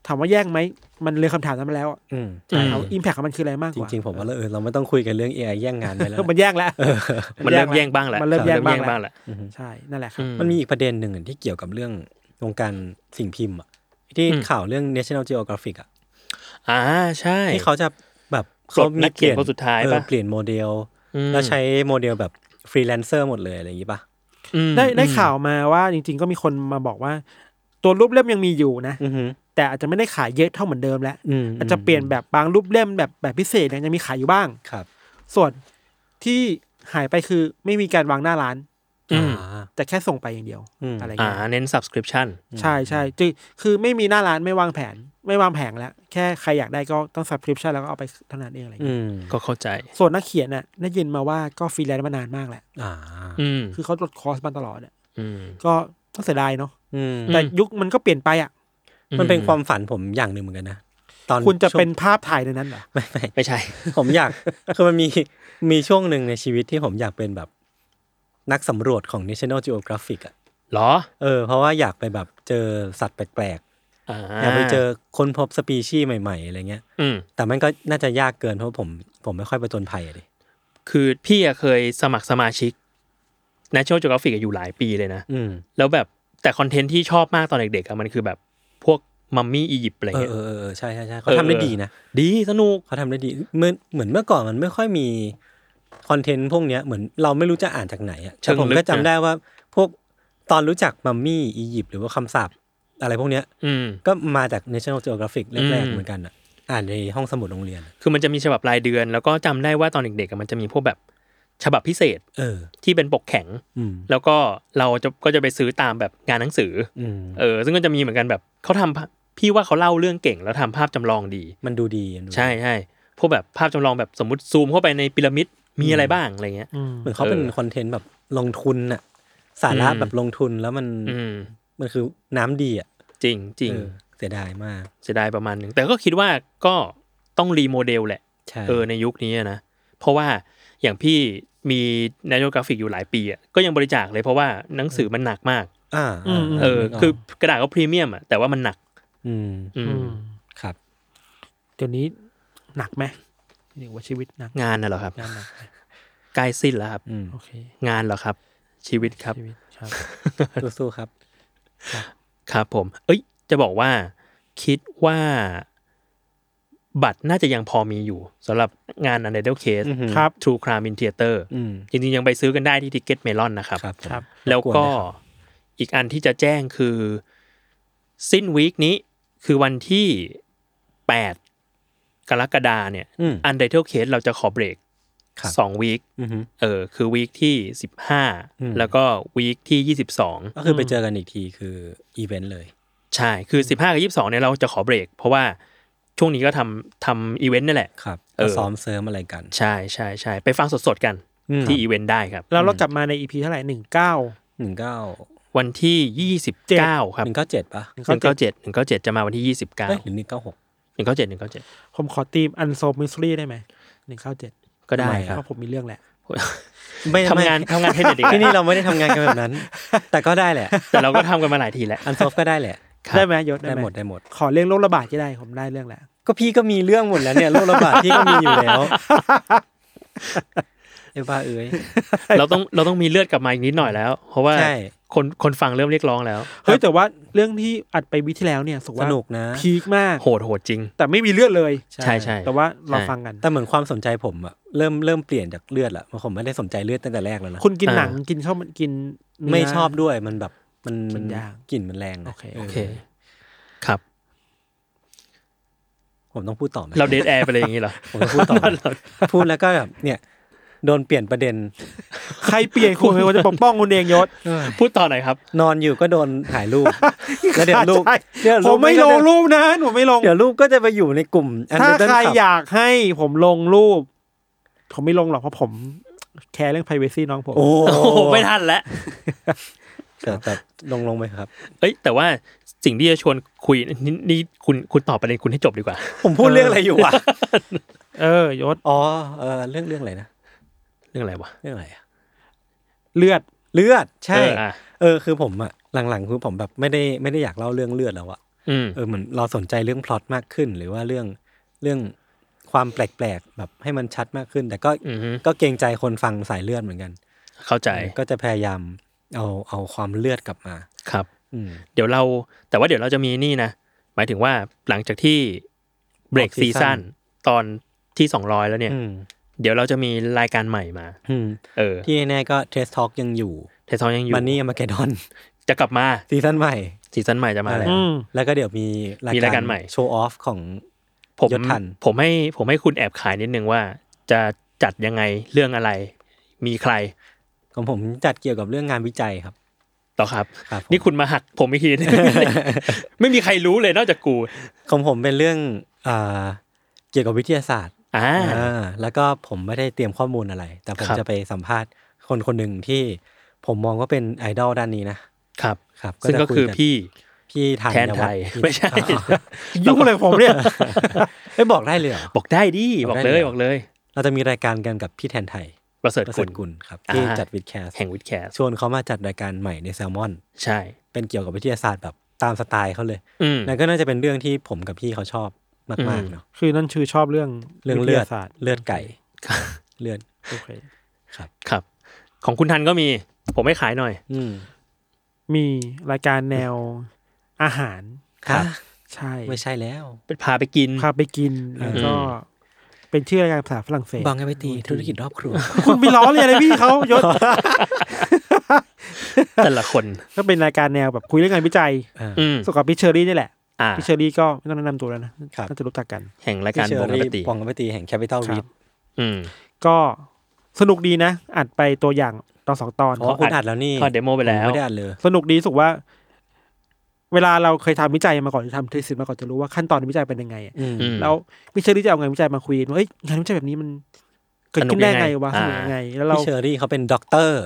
[SPEAKER 3] ถามว่าแย่งไหม มันเลยคำถามนั้นมาแล้วอะ
[SPEAKER 2] อืม
[SPEAKER 4] อืม
[SPEAKER 3] ถามอิมแพคของมันคืออะไรมากก
[SPEAKER 2] จ
[SPEAKER 3] ว่า
[SPEAKER 2] ริง ๆ ผมว่าเราเออเราไม่ต้องคุยกันเรื่อง AI แย่งงานไปแล้ว
[SPEAKER 3] เออมันแย่งแล้ว
[SPEAKER 4] มันเริ่มแย่งบ้างแหละ
[SPEAKER 3] มันเริ่มแย่งบ้างแหละ
[SPEAKER 4] แหละ
[SPEAKER 2] อืม
[SPEAKER 3] ใช่ นั่นแหละครับ
[SPEAKER 2] มันมีอีกประเด็นหนึ่งที่เกี่ยวกับเรื่องวงการสิ่งพิมพ์อะที่
[SPEAKER 4] อืม
[SPEAKER 2] ข่าวเรื่อง National Geographic อะ
[SPEAKER 4] อ่าใช่
[SPEAKER 2] ที่เขาจะแบบ
[SPEAKER 4] ปลดนักเขียนคนสุดท้าย
[SPEAKER 2] เออ
[SPEAKER 4] ปะ
[SPEAKER 2] เปลี่ยนโมเดล
[SPEAKER 4] อืม
[SPEAKER 2] แล้วใช้โมเดลแบบฟรีแลนเซอร์หมดเลยอะไรอย่างนี้ปะ
[SPEAKER 4] อืม
[SPEAKER 3] ได้ได้ข่าวมาว่าจริง ๆ ก็มีคนมาบอกว่า ตัวรูปเล่มยังมีอยู่นะ
[SPEAKER 2] อือหือ
[SPEAKER 3] แต่อาจจะไม่ได้ขายเยอะเท่าเหมือนเดิมแล้ว
[SPEAKER 2] อืม
[SPEAKER 3] อาจจะเปลี่ยนแบบบางรูปเล่มแบบแบบพิเศษเนี่ยยังมีขายอยู่บ้าง
[SPEAKER 2] ครับ
[SPEAKER 3] ส่วนที่หายไปคือไม่มีการวางหน้าร้าน
[SPEAKER 4] อืม
[SPEAKER 2] อ่า
[SPEAKER 3] แต่แค่ส่งไปอย่างเดียว
[SPEAKER 2] อืม
[SPEAKER 3] อะไร
[SPEAKER 4] อ่า
[SPEAKER 3] เงี้ย
[SPEAKER 4] เน้น subscription
[SPEAKER 3] ใช่ใช่คือคือไม่มีหน้าร้านไม่วางแผน ไม่วางแผงแล้ว แค่ใครอยากได้ก็ต้อง subscription แล้วก็เอาไปเท่านั้นเองอะไร
[SPEAKER 2] อื
[SPEAKER 3] เงี้ย
[SPEAKER 2] ม
[SPEAKER 4] ก็เข้าใจ
[SPEAKER 3] ส่วนนักเขียนน่ะได้ยินมาว่าก็ฟรีแลนซ์มานานมากแหละ
[SPEAKER 2] อ่า
[SPEAKER 4] อืม
[SPEAKER 3] คือเขาลดคอสมาตลอดอ่ะ
[SPEAKER 4] อืม
[SPEAKER 3] ก็ต้องเสียดายเนาะ
[SPEAKER 2] อืม
[SPEAKER 3] แต่
[SPEAKER 4] อืม
[SPEAKER 3] ยุคมันก็เปลี่ยนไปอ่ะ
[SPEAKER 2] มันเป็นความฝันผมอย่างหนึ่งเหมือนกันนะตอน
[SPEAKER 3] คุณจะ
[SPEAKER 2] ช่วง
[SPEAKER 3] เป็นภาพถ่ายในนั้นเหรอ
[SPEAKER 2] ไม่ไม่
[SPEAKER 4] ไม่ใช่
[SPEAKER 2] ผมอยาก คือมันมีมีช่วงหนึ่งในชีวิตที่ผมอยากเป็นแบบนักสำรวจของ National Geographic อ่ะ
[SPEAKER 4] เหรอ
[SPEAKER 2] เออเพราะว่าอยากไปแบบเจอสัตว์แปลก
[SPEAKER 4] อ่า
[SPEAKER 2] ๆ อยากไปเจอค้นพบสปีชีส์ใหม่ๆอะไรเงี้ย
[SPEAKER 4] อืม
[SPEAKER 2] แต่มันก็น่าจะยากเกินเพราะผมผมไม่ค่อยประจนภัยอะดิ
[SPEAKER 4] คือพี่อะเคยสมัครสมาชิก National Geographic อะอยู่หลายปีเลยนะ
[SPEAKER 2] อืม
[SPEAKER 4] แล้วแบบแต่คอนเทนต์ที่ชอบมากตอนเด็กๆอะมันคือแบบพวกมัมมี่อียิปต์อะไร
[SPEAKER 2] เออ
[SPEAKER 4] เงี้ย
[SPEAKER 2] เออเออเออใช่ใช่ใช่เขา
[SPEAKER 4] เออ
[SPEAKER 2] ทำได้ดีนะ
[SPEAKER 4] ดีสนุก
[SPEAKER 2] เขาทำได้ดีเหมือนเหมือนเมื่อก่อนมันไม่ค่อยมีคอนเทนต์พวกเนี้ยเหมือนเราไม่รู้จะอ่านจากไหนอะ
[SPEAKER 4] เชิ
[SPEAKER 2] แต่
[SPEAKER 4] ง
[SPEAKER 2] ผม
[SPEAKER 4] ลึก
[SPEAKER 2] ก็จำ
[SPEAKER 4] นะ
[SPEAKER 2] ได้ว่าพวกตอนรู้จักมัมมี่อียิปต์หรือว่าคำศัพท์อะไรพวกเนี้ย
[SPEAKER 4] อืม
[SPEAKER 2] ก็มาจาก National Geographic แรก
[SPEAKER 4] อื
[SPEAKER 2] ๆ
[SPEAKER 4] ม
[SPEAKER 2] เหมือนกันอ่ะ อ่านในห้องสมุดโรงเรียนอะ
[SPEAKER 4] คือมันจะมีฉบับรายเดือน แล้วก็จำได้ว่าตอนเด็กๆอะมันจะมีพวกแบบฉบับพิเศษ
[SPEAKER 2] เออ
[SPEAKER 4] ที่เป็นปกแข็ง
[SPEAKER 2] อืม
[SPEAKER 4] แล้วก็เราจะก็จะไปซื้อตามแบบงานหนังสืออ
[SPEAKER 2] อืม
[SPEAKER 4] เออ ซึ่งก็จะมีเหมือนกันแบบเขาทำภาพพี่ว่าเขาเล่าเรื่องเก่ง แล้วทำภาพจำลองดี
[SPEAKER 2] มันดูดีมันดูดี
[SPEAKER 4] ใช่ใช่พวกแบบภาพจำลองแบบสมมติซูมเข้าไปในพีระมิดมีอะไรบ้างอะไรเงี้ย
[SPEAKER 2] เหมือนเขาเป็น
[SPEAKER 4] เออ
[SPEAKER 2] คอนเทนต์แบบลงทุนอ่ะ สาระ
[SPEAKER 4] อืม
[SPEAKER 2] แบบลงทุนแล้วมัน
[SPEAKER 4] อืม
[SPEAKER 2] มันคือน้ำดีอ่ะ
[SPEAKER 4] จริงจริง
[SPEAKER 2] เออเสียดายมาก
[SPEAKER 4] เสียดายประมาณหนึ่งแต่ก็คิดว่าก็ต้องรีโมเดลแหละ
[SPEAKER 2] ใช่
[SPEAKER 4] เออในยุคนี้อะนะ เพราะว่าอย่างพี่มีนายกราฟิกอยู่หลายปีอ่ะก็ยังบริจาคเลยเพราะว่าหนังสือมันหนักมาก
[SPEAKER 2] อ่า
[SPEAKER 3] อืม
[SPEAKER 4] เออ คือกระดาษก็พรีเมียมอ่ะแต่ว่ามันหนัก
[SPEAKER 2] อืม
[SPEAKER 4] อืม
[SPEAKER 2] ครับ
[SPEAKER 3] เดี๋ยวนี้หนักไหมเรียกว่าชีวิตหนัก
[SPEAKER 4] งานน่ะเหรอครับ
[SPEAKER 3] งานหนักไหม
[SPEAKER 4] ใกล้สิ้นแล้วครับ
[SPEAKER 2] อื ม
[SPEAKER 3] โอเค
[SPEAKER 4] งานเหรอครับ ชีวิตครับ
[SPEAKER 3] ชีวิตครับ
[SPEAKER 2] สู้ๆครับ
[SPEAKER 4] ครับผม เอ้ย จะบอกว่า คิดว่า บัตรน่าจะยังพอมีอยู่สำหรับงาน u n d e r t a l e Case
[SPEAKER 2] อือหือ
[SPEAKER 3] ครับ
[SPEAKER 4] True Crime in Theater
[SPEAKER 2] อืม
[SPEAKER 4] จริงๆ ยังไปซื้อกันได้ที่ Ticket Melon นะครับ
[SPEAKER 2] ครับผม
[SPEAKER 3] ครับ
[SPEAKER 4] แล้ว
[SPEAKER 2] รบน
[SPEAKER 4] ก็
[SPEAKER 2] นะครับ
[SPEAKER 4] อีกอันที่จะแจ้งคือ สิ้นวีคนี้คือวันที่ 8 กรกฎาเนี่ย
[SPEAKER 2] อืม
[SPEAKER 4] u n d e r t a l e Case เราจะขอเบรก
[SPEAKER 2] ครับ
[SPEAKER 4] สองวีค
[SPEAKER 2] อือฮึ
[SPEAKER 4] เออคือวีคที่สิบห้า
[SPEAKER 2] อืม
[SPEAKER 4] แล้วก็วีคที่ยี่สิบสอง
[SPEAKER 2] ก็คือไปเจอกันอีกทีคืออีเวนต์เลย
[SPEAKER 4] ใช่คือสิบห้ากับยี่สิบสองเนี่ยเราจะขอเบรก เพราะว่าช่วงนี้ก็ทำทำอีเวนต์นี่แหละ
[SPEAKER 2] ครับ
[SPEAKER 4] เออ
[SPEAKER 2] ก็ซ้อมเสริมอะไรกัน
[SPEAKER 4] ใช่ใช่ใช่ไปฟังสดๆกัน
[SPEAKER 2] อืม
[SPEAKER 4] ที่อีเวนต์ได้ครับ
[SPEAKER 3] แล้วเรากลับมาในอีพีเท่าไหร่หนึ่งเก้า
[SPEAKER 2] หนึ่งเก้า
[SPEAKER 4] วันที่ยี่สิบเก้าครับ
[SPEAKER 2] ห
[SPEAKER 4] ห
[SPEAKER 2] นึ่
[SPEAKER 4] นึ่
[SPEAKER 2] งเก้าเจ็ดปะ
[SPEAKER 4] งเก้าเจ็ดหนึ่งเก้าเจ็ดจะมาวันที่ยี่สิบเก้า
[SPEAKER 2] เอ้ยหรือหนึ่งเก้าหก
[SPEAKER 4] หนึ่งเก้าเจ็ดหนึ่งเก้าเจ็ด
[SPEAKER 3] ผมขอตีมอันโซมิสซูรีได้ไหมหนึ่งเก้าเจ็ด
[SPEAKER 4] ก็ได้
[SPEAKER 2] ทำไม
[SPEAKER 4] ค
[SPEAKER 2] ครั
[SPEAKER 3] เพ
[SPEAKER 4] รับ
[SPEAKER 2] บ
[SPEAKER 3] ราะผมมีเรื่องแหละ
[SPEAKER 2] ไม่
[SPEAKER 4] ทำงาน
[SPEAKER 2] ไม่
[SPEAKER 4] ทำงานให้เด็กอีกแล้ว
[SPEAKER 2] ที่นี่เราไม่ได้ทำงานกันแบบ นั้น แต่ก็ได้แหละ
[SPEAKER 4] แต่เราก็ทำกันมาหลายทีแล้ว
[SPEAKER 2] อันซอฟก็ได้แหละ
[SPEAKER 4] ครับ
[SPEAKER 3] ได้ไหมยศ
[SPEAKER 2] ได้หมด
[SPEAKER 3] ไ
[SPEAKER 2] ได้หมด
[SPEAKER 3] ขอเรื่องโรคระบาดจะได้ผมได้เรื่องแหละ
[SPEAKER 2] ก็พี่ก็มีเรื่องหมดแล้วเนี่ยโรคระบาดพี่ก็มีอยู่แล้วเอ้ยบ้าเอ้ย
[SPEAKER 4] เราต้องเราต้องมีเลือดกลับมาอีกนิดหน่อยแล้ว เพราะว่า
[SPEAKER 2] ใช่
[SPEAKER 4] คนคนฟังเริ่มเรียกร้องแล้ว
[SPEAKER 3] เฮ้ยแต่ว่าเรื่องที่อัดไปวิที่แล้วเนี่ยสุ
[SPEAKER 2] ส
[SPEAKER 3] ว่า
[SPEAKER 2] นุกนะ
[SPEAKER 3] พีคมาก
[SPEAKER 4] โหดโหดจริง
[SPEAKER 3] แต่ไม่มีเลือดเลย
[SPEAKER 2] ใช่
[SPEAKER 4] ใช่ใช่
[SPEAKER 3] แต่ว่าเรา
[SPEAKER 4] ใช่
[SPEAKER 3] ฟังกัน
[SPEAKER 2] แต่เหมือนความสนใจผมอะเริ่มเริ่มเปลี่ยนจากเลือดละเพราะผมไม่ได้สนใจเลือดตั้งแต่แรกแล้วนะ
[SPEAKER 3] คุณกิน
[SPEAKER 4] อ่า
[SPEAKER 3] หนังกินข้าวมันกินเนื้
[SPEAKER 2] ไม่ชอบด้วยมันแบบมัน
[SPEAKER 3] กิน
[SPEAKER 2] มัน
[SPEAKER 3] ยาก
[SPEAKER 2] กลิ่นมันแรงนะ
[SPEAKER 3] โอเค
[SPEAKER 2] เออ
[SPEAKER 4] โอเค ครับ
[SPEAKER 2] ผมต้องพูดต่อไหม
[SPEAKER 4] เราเดทแอร์ไปเลยอย่างนี้เหรอ
[SPEAKER 2] ผมต้องพูดต่อไหม พูดแล้วก็แบบเนี่ย โดนเปลี่ยนประเด็น
[SPEAKER 3] ใครเปลี่ยนคุณเป็นคนจะปกป้องคุณเองยศ
[SPEAKER 4] พูดต่อหน่อยครับ
[SPEAKER 2] นอนอยู่ก็โดนถ่ายรูป แล้วเดี๋ยวลูก
[SPEAKER 3] ใช่
[SPEAKER 2] เดี๋ยว
[SPEAKER 3] ผ
[SPEAKER 2] ลูก
[SPEAKER 3] มไม่ลงรูปนะหนูไม่ลง
[SPEAKER 2] เดี๋ยวลูกก็จะไปอยู่ในกลุ่ม
[SPEAKER 3] ถ้า
[SPEAKER 2] Underdog
[SPEAKER 3] ใคร
[SPEAKER 2] Club
[SPEAKER 3] อยากให้ผมลงรูป ผมไม่ลงหรอกเพราะผมแคร์เรื่อง p r i เวซีน้องผม
[SPEAKER 2] โอ้
[SPEAKER 4] โอ้โหไม่ทันแล้ว
[SPEAKER 2] แต่แต่ลงลงไปครับ
[SPEAKER 4] เอ้ย แต่ว่าสิ่งที่จะชวนคุยนี่นี่คุณคุณตอบประเด็นคุณให้จบดีกว่า
[SPEAKER 2] ผมพูดเรื่องอะไรอยู่วะ
[SPEAKER 3] เออยศ
[SPEAKER 2] อ๋อเออเรื่องเรื่องอะไรนะ
[SPEAKER 4] เรื่องอะไรวะ
[SPEAKER 2] เรื่องอะไรอะ
[SPEAKER 3] เลือด
[SPEAKER 2] เลือดใช่
[SPEAKER 4] เอออ่ะ
[SPEAKER 2] เออคือผมอะหลังๆคือผมแบบไม่ได้ไม่ได้อยากเล่าเรื่องเลือดแล้วอะ
[SPEAKER 4] อืม
[SPEAKER 2] เออเหมือนเราสนใจเรื่องพล็อตมากขึ้น หรือว่าเรื่องเรื่องความแปลกๆแบบให้มันชัดมากขึ้น แต่ก็
[SPEAKER 4] อืมฮึ
[SPEAKER 2] ก็เกรงใจคนฟังสายเลือดเหมือนกัน
[SPEAKER 4] เข้าใจ
[SPEAKER 2] ก็จะพยายามเอาเอาความเลือดกลับมา
[SPEAKER 4] ครับ
[SPEAKER 2] อืม
[SPEAKER 4] เดี๋ยวเราแต่ว่าเดี๋ยวเราจะมีนี่นะ หมายถึงว่าหลังจากที่เบรก
[SPEAKER 2] ออกซี
[SPEAKER 4] ซี
[SPEAKER 2] ซั่
[SPEAKER 4] ซั่น
[SPEAKER 2] น
[SPEAKER 4] ตอนที่สองร้อยแล้วเนี่ย
[SPEAKER 2] อืม
[SPEAKER 4] เดี๋ยวเราจะมีรายการใหม่มา
[SPEAKER 2] อืม
[SPEAKER 4] เออ
[SPEAKER 2] ที่แน่ๆก็เทสทอ a l k ยังอยู่
[SPEAKER 4] เทสซองยังอยู่
[SPEAKER 2] มันนี่มาเก ดอน
[SPEAKER 4] จะกลับมา
[SPEAKER 2] ซีซั่นใหม่
[SPEAKER 4] ซีซั่นใหม่จะมาแล้ว
[SPEAKER 3] อืม
[SPEAKER 2] แล้วก็เดี๋ยวมี
[SPEAKER 4] มีรายการใหม่
[SPEAKER 2] โชว์ออฟของ
[SPEAKER 4] ผม
[SPEAKER 2] ยศทัน
[SPEAKER 4] ผมให้ผมให้คุณแอบขายนิดนึงว่า จะจัดยังไงเรื่องอะไร มีใคร
[SPEAKER 2] ของผมจัดเกี่ยวกับเรื่องงานวิจัยครับ
[SPEAKER 4] ต่อครับ
[SPEAKER 2] ครับผม
[SPEAKER 4] นี่คุณมาหักผมอีกที นึง ไม่มีใครรู้เลยนอกจากกู
[SPEAKER 2] ของผมเป็นเรื่องอ่าเกี่ยวกับวิทยาศาสตร์
[SPEAKER 4] อ่า
[SPEAKER 2] อ่าแล้วก็ผมไม่ได้เตรียมข้อมูลอะไร แต่ผม
[SPEAKER 4] ครับ
[SPEAKER 2] จะไปสัมภาษณ์คนคนหนึ่งที่ผมมองว่าเป็นไอดอลด้านนี้นะครับ ครับ
[SPEAKER 4] ซึ่งก็
[SPEAKER 2] จะย
[SPEAKER 4] คือพี่
[SPEAKER 2] พี่ทัน
[SPEAKER 4] แทน
[SPEAKER 2] วัฒ
[SPEAKER 4] ไทย
[SPEAKER 2] พี่
[SPEAKER 4] ไม่ใช่
[SPEAKER 2] อ๋อ
[SPEAKER 3] ยุ่งเลยผมเนี่ย
[SPEAKER 2] ไม่บอกได้เลยเหรอ
[SPEAKER 4] บอกได้ดิบอก
[SPEAKER 2] ได้
[SPEAKER 4] เล
[SPEAKER 2] เลย ย
[SPEAKER 4] บอกเลย
[SPEAKER 2] เราจะมีรายการกันกับพี่แทนไทย
[SPEAKER 4] ประเสริฐ
[SPEAKER 2] ประเส
[SPEAKER 4] กุ
[SPEAKER 2] ริ
[SPEAKER 4] ล
[SPEAKER 2] ฐกุลครับที่
[SPEAKER 4] อ่า
[SPEAKER 2] จัดวิดแคส
[SPEAKER 4] แห่งวิดแคส
[SPEAKER 2] ชวนเขามาจัดรายการใหม่ในแซลมอน
[SPEAKER 4] ใช่
[SPEAKER 2] เป็นเกี่ยวกับวิทยาศาสตร์แบบตามสไตล์เขาเลย
[SPEAKER 4] อืม
[SPEAKER 2] นั่นก็น่าจะเป็นเรื่องที่ผมกับพี่เขาชอบมาก
[SPEAKER 4] อืม
[SPEAKER 2] ๆเนาะ
[SPEAKER 3] คือนั่นชื่อชอบเรื่อง
[SPEAKER 2] เรื่องเลือ
[SPEAKER 3] วิท
[SPEAKER 2] ด
[SPEAKER 3] ยาศาสตร์
[SPEAKER 2] เลือดไก่เลือด
[SPEAKER 3] โอเค
[SPEAKER 4] ครับ ของคุณทันก็มี ผมไม่ขายหน่อย
[SPEAKER 2] อืม
[SPEAKER 3] มีรายการแนวอาหาร
[SPEAKER 2] ค่ะ
[SPEAKER 3] ใช่
[SPEAKER 2] ไม่ใช่แล้ว
[SPEAKER 4] ไปพาไปกิน
[SPEAKER 3] พาไปกินแล้วก็ เป็นชื่อรายการภาษาฝรั่งเศส
[SPEAKER 2] บางไอไปตีธุรกิจรอบครัว
[SPEAKER 3] คุณไปล้อเลยอะไรพี่เขายศ
[SPEAKER 4] แต่ละคน
[SPEAKER 3] ก็เป็นรายการแนวแบบคุยเรื่องงานวิจัย
[SPEAKER 4] อืม
[SPEAKER 3] สวนกับพี่เชอรี่นี่แหละ
[SPEAKER 4] อ่า
[SPEAKER 3] พี่เชอรี่ก็ไม่ต้องแนะนำตัวแล้วนะครับ น่าจะรู้จักกัน
[SPEAKER 4] แห่งราย
[SPEAKER 2] กา
[SPEAKER 4] การ ร
[SPEAKER 2] บบ อง ง
[SPEAKER 4] ก
[SPEAKER 2] ไป
[SPEAKER 4] ติ
[SPEAKER 2] ตีบองไอไปตีแห่งแคปิตอล
[SPEAKER 3] ครั
[SPEAKER 2] รี
[SPEAKER 3] บ
[SPEAKER 2] ด
[SPEAKER 4] อืม
[SPEAKER 3] ก็สนุกดีนะ อัดไปตัวอย่างตอนสองตอน
[SPEAKER 2] เพราะคุณอัดแล้วนี่
[SPEAKER 4] เขาเดโมไปแล้ว
[SPEAKER 2] ผไม่ได้อัดเลย
[SPEAKER 3] สนุกดีรู้สุกว่า เวลาเราเคยทำวิจัยมาก่อนหรือทำทฤษฎีมาก่อนจะรู้ว่าขั้นตอนในวิจัยเป็นยังไงอะ
[SPEAKER 2] อืม
[SPEAKER 4] อืม
[SPEAKER 3] แล้วพี่เชอรี่จะเอางานวิจัยมาคุยว่าเอ้ยงานวิจัยแบบนี้มันเกิดขึ้นได้ไงวะ
[SPEAKER 4] ส
[SPEAKER 3] ส
[SPEAKER 4] นุ
[SPEAKER 3] นุ
[SPEAKER 4] ก
[SPEAKER 3] กยัง
[SPEAKER 4] ยั
[SPEAKER 3] ง
[SPEAKER 4] ไง
[SPEAKER 3] ไง แล้วเรา
[SPEAKER 2] พี่เชอรี่เขาเป็นด็อกเตอร์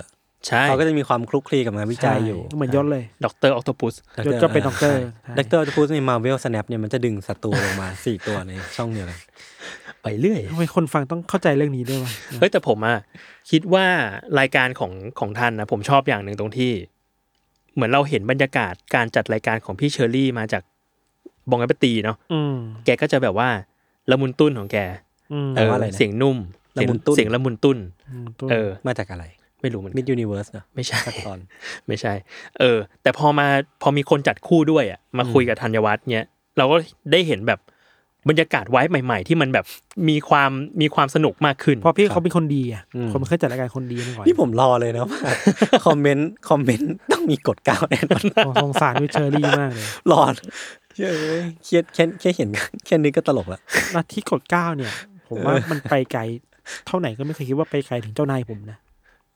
[SPEAKER 4] ใช่
[SPEAKER 2] เขาก็จะมีความคลุกคลีกับงานวิจัยอยู่
[SPEAKER 3] เหมือนยศเลย
[SPEAKER 4] ดอกเตอร์ออคโตปัส
[SPEAKER 2] ด็อย
[SPEAKER 3] ศก็เป็นด็อกเตอร์
[SPEAKER 2] ใช่
[SPEAKER 3] ใช่
[SPEAKER 2] ด็อกเตอร์จะพูดในมาเวลสแนปเนี่ยมันจะดึงศัตรูลงมา สี่ตัวในช่องเดียวกัน
[SPEAKER 4] ไปเรื่อย
[SPEAKER 3] ทำไมคนฟังต้องเข้าใจเรื่องนี้ด้วยวะ
[SPEAKER 4] เฮ้ยแต่ผมอะคิดว่ารายการของของท่านนะผมชอบอย่างหนึ่งตรงที่ เหมือนเราเห็นบรรยากาศการจัดรายการของพี่เชอรี่มาจากบองไอปตีเนาะ
[SPEAKER 3] อืม
[SPEAKER 4] แกก็จะแบบว่าละมุนตุ้นของแก
[SPEAKER 3] อืม
[SPEAKER 4] เออ
[SPEAKER 2] ว่าอะไรนะ
[SPEAKER 4] เสียงนุ่ม
[SPEAKER 2] ละมุนตุ้น
[SPEAKER 4] เสียงละมุนตุ้น
[SPEAKER 3] มตัว
[SPEAKER 4] เออ
[SPEAKER 2] มาจากอะไร
[SPEAKER 4] ไม่รู้เหมือน
[SPEAKER 2] มิ
[SPEAKER 4] กั
[SPEAKER 2] ด
[SPEAKER 4] น
[SPEAKER 2] ยูนิเวิร์สเนาะ
[SPEAKER 4] ไม่ใช่
[SPEAKER 2] สักตอน
[SPEAKER 4] ไม่ใช่ เออ แต่พอมาพอมีคนจัดคู่ด้วยอะมาคุยกับธัญวัฒน์เนี่ยเราก็ได้เห็นแบบบรรยากาศไว้ใหม่ ๆ ที่มันแบบมีความมีความสนุกมากขึ้น
[SPEAKER 3] เพอพี่เขาเป็นคนดีอ่ะ
[SPEAKER 2] อืม
[SPEAKER 3] คนเคยจัดรายการคนดีมาก่อน
[SPEAKER 2] นี่ผมรอเลยนะ ว่า คอมเมนต์คอมเมนต์ต้องมีกดก้าวแน่นอน
[SPEAKER 3] ผมสงสารพี่เชอรี่มากเลย
[SPEAKER 2] รอดเชื่อเลย เครียดแค่แค่เห็นแค่นี้ก็ตลกละ
[SPEAKER 3] ลัทธิกดเกล้าเนี่ย ผมว่ามันไปไกล เท่าไหนก็ไม่เคยคิดว่าไปไกลถึงเจ้านายผมนะ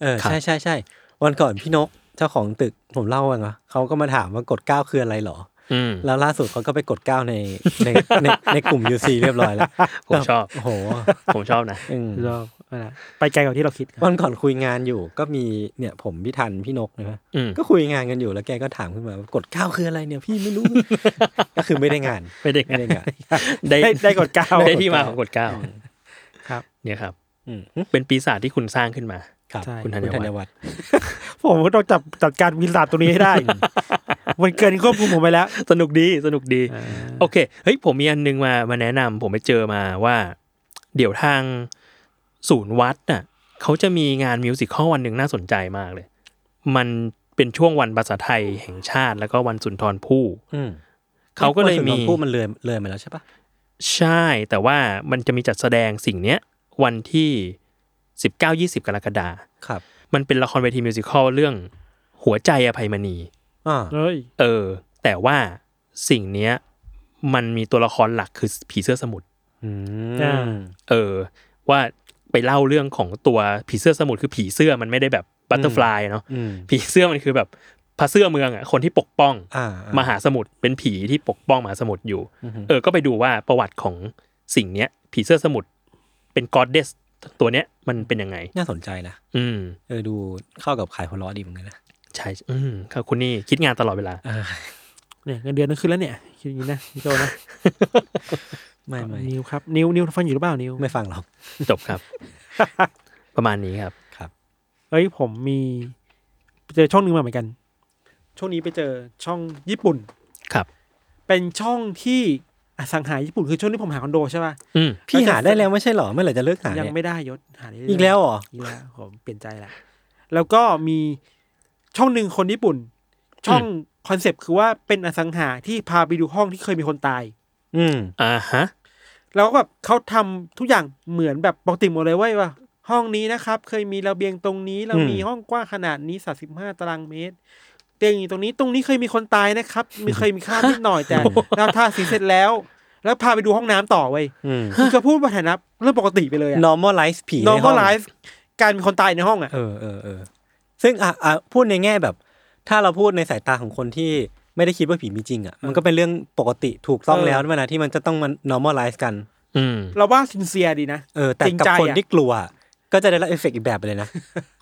[SPEAKER 2] เออ
[SPEAKER 4] ครับ
[SPEAKER 2] ใช่ใช่ใช่วันก่อนพี่นกเจ้าของตึกผมเล่าว่าไงวะเขาก็มาถามว่ากดเก้าคืออะไรหรอ
[SPEAKER 4] อืม
[SPEAKER 2] แล้วล่าสุดเขาก็ไปกดเก้าใน ในในในกลุ่ม UC เรียบร้อยแล้ว
[SPEAKER 4] ผมชอบ
[SPEAKER 2] โอ้โห
[SPEAKER 4] ผมชอบนะ
[SPEAKER 2] อืม
[SPEAKER 3] เราไปไกลกว่าที่เราคิดครับ
[SPEAKER 2] วันก่อนคุยงานอยู่ก็มีเนี่ยผมพี่ทันพี่นกนะฮะ
[SPEAKER 4] อืม
[SPEAKER 2] ก็คุยงานกันอยู่แล้วแกก็ถามขึ้นมาว่ากดเก้าคืออะไรเนี่ยพี่ไม่รู้ ก็คือไม่ได้งาน
[SPEAKER 4] ไม่ได้
[SPEAKER 2] ไม่ได้งาน
[SPEAKER 4] ได้
[SPEAKER 3] ได้ได้กดเก้า
[SPEAKER 4] ได้ที่มาของกฎเก้า
[SPEAKER 3] ครับ
[SPEAKER 4] เนี่ยครับ
[SPEAKER 2] อืม
[SPEAKER 4] เป็นปีศาจที่คุณสร้างขึ้นมา
[SPEAKER 2] ครับ
[SPEAKER 3] ใช่
[SPEAKER 4] คุณธัญวัฒน์
[SPEAKER 2] วัฒน์
[SPEAKER 3] ผมก็ต้องจับจัดการวิลาตตัวนี้ให้ได้ มันเกินควบคุมผมไปแล้ว
[SPEAKER 4] สนุกดีสนุกดี โอเค เฮ้ย ผมมีอันนึงมามาแนะนำผมไปเจอมาว่า เดี๋ยวทางศูนย์วัดน่ะเขาจะมีงานมิวสิคอลวันหนึ่งน่าสนใจมากเลย มันเป็นช่วงวันภาษาไทยแห่งชาติ แล้วก็วันสุนทรภู่
[SPEAKER 2] อืม
[SPEAKER 4] เขาก็เลยมี
[SPEAKER 2] คนสุนทรภู่มันเลยเลยมาแล้วใช่ปะ
[SPEAKER 4] ใช่แต่ว่ามันจะมีจัดแสดงสิ่งเนี้ย วันที่ 19-20 กรกฎาคม
[SPEAKER 2] ครับ
[SPEAKER 4] มันเป็นละครเวทีมิวสิควลเรื่องหัวใจอภัยมณี
[SPEAKER 2] อ่า
[SPEAKER 3] เฮ้ย
[SPEAKER 4] เออ แต่ว่าสิ่งเนี้ยมันมีตัวละครหลักคือผีเสื้อสมุทร
[SPEAKER 2] อืม
[SPEAKER 3] อ่า
[SPEAKER 4] เออ ว่าไปเล่าเรื่องของตัวผีเสื้อสมุทรคือผีเสื้อมันไม่ได้แบบบัตเตอร์ฟลายเนาะ
[SPEAKER 2] อืม
[SPEAKER 4] ผีเสื้อมันคือแบบพระเสื้อเมืองอ่ะคนที่ปกป้อง
[SPEAKER 2] อ่าม มา
[SPEAKER 4] หาสมุทรเป็นผีที่ปกป้องมหาสมุทรอยู่ เออ ก็ไปดูว่าประวัติของสิ่งเนี้ย ผีเสื้อสมุทรเป็นกอดเดสตัวเนี้ยมันเป็นยังไง
[SPEAKER 2] น่าสนใจนะ
[SPEAKER 4] อืม
[SPEAKER 2] เออดูเข้ากับขายหัวล้อดีเหมือนกันนะ
[SPEAKER 4] ใช่อืมครับคุณนี่คิดงานตลอดเวลา
[SPEAKER 2] อ่า
[SPEAKER 3] เนี่ยเงินเดือนนึงขึ้นแล้วเนี่ยคิดอย่างนี้นะพี่โจนะ
[SPEAKER 2] ไม่ไม่
[SPEAKER 3] นิวครับนิวนิวฟังอยู่หรือเปล่านิว
[SPEAKER 2] ไม่ฟังหรอก
[SPEAKER 4] จบครับ ประมาณนี้ครับ
[SPEAKER 3] เอ้ยผมมีไปเจอช่องหนึงมาเหมือนกัน ช่วงนี้ไปเจอช่องญี่ปุ่น
[SPEAKER 4] ครับ
[SPEAKER 3] เป็นช่องที่อสังหาญี่ปุ่นคือช่วงที่ผมหาคอนโดใช่ป่ะ
[SPEAKER 4] อืม
[SPEAKER 2] พี่หาได้แล้วไม่ใช่หรอเมื่อไหร่จะเลิกหา
[SPEAKER 3] ยัง
[SPEAKER 2] เนี่ย
[SPEAKER 3] ไม่ได้ยศหาได้เรื่ย
[SPEAKER 2] อีกแล้วเหรอ
[SPEAKER 3] อีกแล้วผมเปลี่ยนใจละแล้วก็มีช่องหนึ่งคนญี่ปุ่น ช่องคอนเซปต์คือว่าเป็นอสังหาที่พาไปดูห้องที่เคยมีคนตาย
[SPEAKER 2] อืม
[SPEAKER 4] อ่าฮะ
[SPEAKER 3] แล้วก็แบบเขาทำทุกอย่างเหมือนแบบปกติหมดเลยเว้ยว่า ห้องนี้นะครับ เคยมีระเบียงตรงนี้ เรามี
[SPEAKER 2] อืม
[SPEAKER 3] ห้องกว้างขนาดนี้สาสิบห้าตารางเมตร เตียงอยู่ตรงนี้ตรงนี้เคยมีคนตายนะครับ มีเคยมีค่าบนิดหน่อยแต่เราทาสีเสร็จแล้ว แล้วพาไปดูห้องน้ำต่อเว้ย
[SPEAKER 2] อืม
[SPEAKER 3] คือพูดมาฐานะเรื่องปกติไปเลยอะ
[SPEAKER 2] normalize ผีในห้อง
[SPEAKER 3] normalize การมีคนตายในห้องอะ
[SPEAKER 2] เออเออเออซึ่งอ่ะอ่ะพูดในแง่แบบ ถ้าเราพูดในสายตาของคนที่ไม่ได้คิดว่าผีมีจริงอ่ะ มันก็เป็นเรื่องปกติถูกต้อง
[SPEAKER 3] เออ
[SPEAKER 2] แล้วนั่นนะที่มันจะต้องมัน normalize กัน
[SPEAKER 4] อืม
[SPEAKER 3] เราว่าซินเซียดีนะ
[SPEAKER 2] เออ แต่
[SPEAKER 3] จริง
[SPEAKER 2] กับ
[SPEAKER 3] ใจ
[SPEAKER 2] คน
[SPEAKER 3] อะ
[SPEAKER 2] ที่กลัว ก็จะได้รับเอฟเฟกต์อีกแบบไปเลย นะ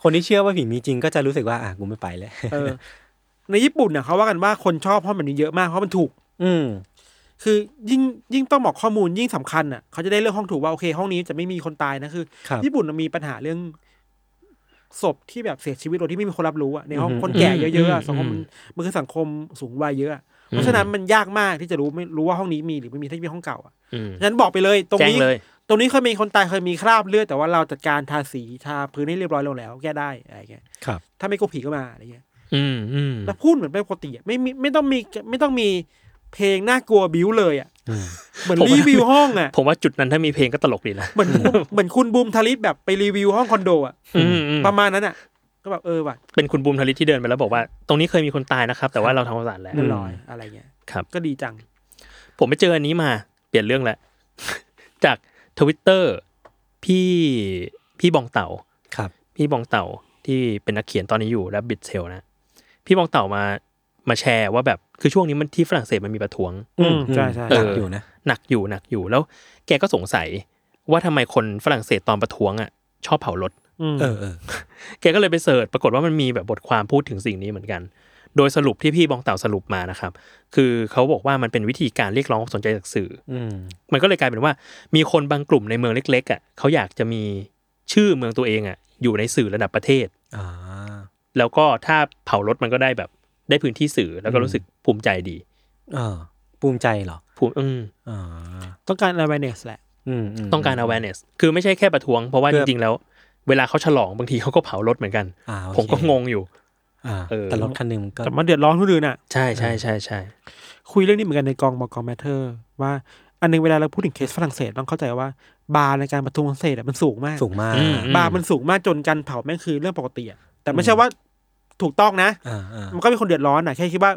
[SPEAKER 2] คนที่เชื่อว่าผีมีจริงก็จะรู้สึกว่า อ่ะกูไม่ไปแล้ว
[SPEAKER 3] เออ ในญี่ปุ่นเนี่ยเขาว่ากันว่าคนชอบห้องแบบนี้เยอะมากเพราะมันถูก
[SPEAKER 2] อืม
[SPEAKER 3] คือยิ่งยิ่งต้องบอกข้อมูลยิ่งสำคัญอ่ะเขาจะได้เรื่องห้องถูกว่าโอเค ห้องนี้จะไม่มีคนตายนะคือ
[SPEAKER 2] ครับ
[SPEAKER 3] ญี่ปุ่นมันมีปัญหาเรื่องศพที่แบบเสียชีวิตโดยที่ไม่มีคนรับรู้อ่ะในห้อง
[SPEAKER 2] อือหือ
[SPEAKER 3] คนแก่เยอะๆอะ
[SPEAKER 4] อืม
[SPEAKER 3] สังคม
[SPEAKER 4] อื
[SPEAKER 3] มัน
[SPEAKER 4] ม
[SPEAKER 3] มันคือสังคมสูงวัยเยอะอะเพราะฉะนั้นมันยากมากที่จะรู้ไม่รู้ว่าห้องนี้มีหรือไม่มีถ้ามีห้องเก่าอ่ะ
[SPEAKER 4] อืม
[SPEAKER 3] ฉะนั้นบอกไปเลย ตรง
[SPEAKER 4] แจ้ง
[SPEAKER 3] นี้
[SPEAKER 4] เลย
[SPEAKER 3] ตรงนี้เคยมีคนตายเคยมีคราบเลือดแต่ว่าเราจัดการทาสีทาพื้นให้เรียบร้อยลงแล้วแก้ได้อะไรอย่างเงี้ย
[SPEAKER 2] ครับ
[SPEAKER 3] ถ้าไม่กลัวผีก็มาอะไรอย่างเงี้ย
[SPEAKER 4] อืมอืม
[SPEAKER 3] แล้วพูดเหมือนเป็นปกติอะไม่มีไม่ต้องมีไม่ต้องมีเพลงน่ากลัวบิ้วเลยอ่ะเหมือนรีวิวห้องอ่ ะ
[SPEAKER 4] ผมว่าจุดนั้นถ้ามีเพลงก็ตลกดีนะ
[SPEAKER 3] เหมือนเหมือนคุณบูมทาริสแบบไปรีวิวห้องคอนโดอ่ะ
[SPEAKER 4] อืมอืม
[SPEAKER 3] ประมาณนั้นอ่ะ ก็แบบเออว่ะ
[SPEAKER 4] เป็นคุณบูมทลิตที่เดินไปแล้วบอกว่า ตรงนี้เคยมีคนตายนะครับ แต่ว่าเราทำความสะอาดแล้ว
[SPEAKER 3] เรียบร้อยอะไรเงี้ย
[SPEAKER 4] ครับ
[SPEAKER 3] ก็ดีจัง
[SPEAKER 4] ผมไปเจออันนี้มา เปลี่ยนเรื่องแล้ว จากทวิตเตอร์พี่พี่บองเต่า
[SPEAKER 2] ครับ
[SPEAKER 4] พี่บองเต่าที่เป็นนักเขียนตอนนี้อยู่และบิดเซลนะ พี่บองเต่ามามาแชร์ว่าแบบคือช่วงนี้มันที่ฝรั่งเศสมันมีประท้วง
[SPEAKER 3] อืมใช่ใช่
[SPEAKER 2] หนักอยู่นะ
[SPEAKER 4] หนักอยู่หนักอยู่แล้วแกก็สงสัยว่าทำไมคนฝรั่งเศสตอนประท้วงอ่ะชอบเผารถ
[SPEAKER 3] อืม
[SPEAKER 2] เออเออ
[SPEAKER 4] แกก็เลยไปเสิร์ชปรากฏว่ามันมีแบบบทความพูดถึงสิ่งนี้เหมือนกัน โดยสรุปที่พี่บองเต่าสรุปมานะครับ คือเขาบอกว่ามันเป็นวิธีการเรียกร้องความสนใจจากสื่อ
[SPEAKER 2] อืม
[SPEAKER 4] มันก็เลยกลายเป็นว่ามีคนบางกลุ่มในเมืองเล็กๆอ่ะเขาอยากจะมีชื่อเมืองตัวเองอ่ะอยู่ในสื่อระดับประเทศ
[SPEAKER 2] อ่า
[SPEAKER 4] แล้วก็ถ้าเผารถมันก็ได้แบบได้พื้นที่สื่อแล้วก็รู้สึกภูมิใจดี
[SPEAKER 2] อ่าภูมิใจเหรอ
[SPEAKER 4] ภูมิอืม
[SPEAKER 2] อ่า
[SPEAKER 3] ต้องการ awareness แหละ
[SPEAKER 2] อืมม
[SPEAKER 4] ต้องการ awareness คือไม่ใช่แค่ประท้วง เพราะว่า
[SPEAKER 2] เพื่
[SPEAKER 4] จ
[SPEAKER 2] อ
[SPEAKER 4] ริงๆแล้ว เวลาเขาฉลองบางทีเขาก็เผารถเหมือนกัน
[SPEAKER 2] อ่าโอเค
[SPEAKER 4] ผมก็งงอยู่
[SPEAKER 2] อ่า
[SPEAKER 4] เออ
[SPEAKER 2] แต่รถคันหนึงมันก็
[SPEAKER 3] แต่มันเดือดร้อนคนอื่นอ่ะ
[SPEAKER 4] ใช่ใช่ใช่ใช่
[SPEAKER 3] คุยเรื่องนี้เหมือนกันในกองบอกกองแมทเทอร์ว่าอันหนึงเวลาเราพูดถึงเคสฝรั่งเศสต้องเข้าใจว่า บาร์ในการประท้วงฝรั่งเศสอะมันสูงมาก
[SPEAKER 2] สูงมาก
[SPEAKER 4] อืม
[SPEAKER 3] บาร์มันสูงมากจนการเผาแม่งคือเรื่องปกติอ่ะแต่ไม่ใช่ว่าถูกต้องนะ
[SPEAKER 2] อ่าอ่า
[SPEAKER 3] มันก็มีคนเดือดร้อนอ่ะแค่คิดว่า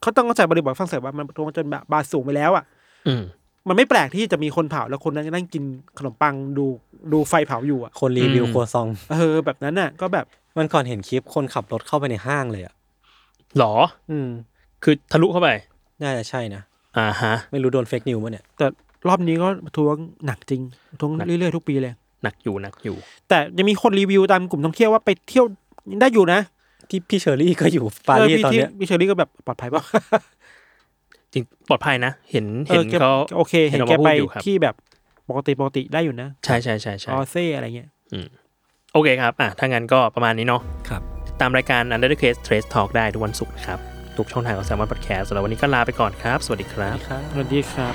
[SPEAKER 3] เขาต้องเข้าใจบริบทฝรั่งเศสว่ามันประท้วงจนแบบบาดสูงไปแล้วอ่ะ
[SPEAKER 4] อืม
[SPEAKER 3] มันไม่แปลกที่จะมีคนเผาแล้วคนนั้นนั่งกินขนมปังดู ดูไฟเผาอยู่อ่ะ
[SPEAKER 2] คนรีวิว
[SPEAKER 4] อืม
[SPEAKER 2] ครัวซอง
[SPEAKER 3] เออ แบบนั้นน่ะ ก็แบบ
[SPEAKER 2] มันก่อนเห็นคลิปคนขับรถเข้าไปในห้างเลยอ่ะ
[SPEAKER 4] หรอ
[SPEAKER 3] อืม
[SPEAKER 4] คือทะลุเข้าไป
[SPEAKER 2] น่าจะใช่นะ
[SPEAKER 4] อ่าฮะ
[SPEAKER 2] ไม่รู้โดนเฟกนิวมั้ยเนี่ย
[SPEAKER 3] แต่รอบนี้ก็ประท้วงหนักจริงประท้วง
[SPEAKER 4] หนัก
[SPEAKER 3] เรื่อยๆทุกปีเลย
[SPEAKER 4] หนักอยู่หนักอยู่
[SPEAKER 3] แต่ยังมีคนรีวิวตามกลุ่มท่องเที่ยวว่าไปเที่ยวได้อยู่นะ
[SPEAKER 2] พี่พี่เชอรี่ก็อยู่ปารีส
[SPEAKER 3] เพี่
[SPEAKER 2] ตอนเนี้ย
[SPEAKER 3] ที่พี่เชอรี่ก็แบบปลอดภัยป่ะ
[SPEAKER 4] จริงปลอดภัยนะ เห็น
[SPEAKER 3] เอ
[SPEAKER 4] เห็
[SPEAKER 3] อน แก
[SPEAKER 4] เขา
[SPEAKER 3] โอเค
[SPEAKER 4] เห็
[SPEAKER 3] เห็
[SPEAKER 4] น
[SPEAKER 3] น
[SPEAKER 4] ออก
[SPEAKER 3] แก
[SPEAKER 4] มาพูด
[SPEAKER 3] ไป
[SPEAKER 4] อยู่ครับ
[SPEAKER 3] ที่แบบปกติปกติได้อยู่นะ
[SPEAKER 4] ใช่ใช่ใช่ใช่
[SPEAKER 3] ออเซ่อะไรเงี้ย
[SPEAKER 4] โอเคครับ อ่ะ ถ้างั้นก็ประมาณนี้เนาะ
[SPEAKER 2] ครับ
[SPEAKER 4] ตามรายการ Under the Case Trace Talk ได้ทุกวันศุกร์นะครับ ทุกช่องทางของ s ซ l m o n Podcast สำหรับวันนี้ก็ลาไปก่อนครับ สวัสดีครับ
[SPEAKER 2] ครับ
[SPEAKER 3] สวัสดีครับ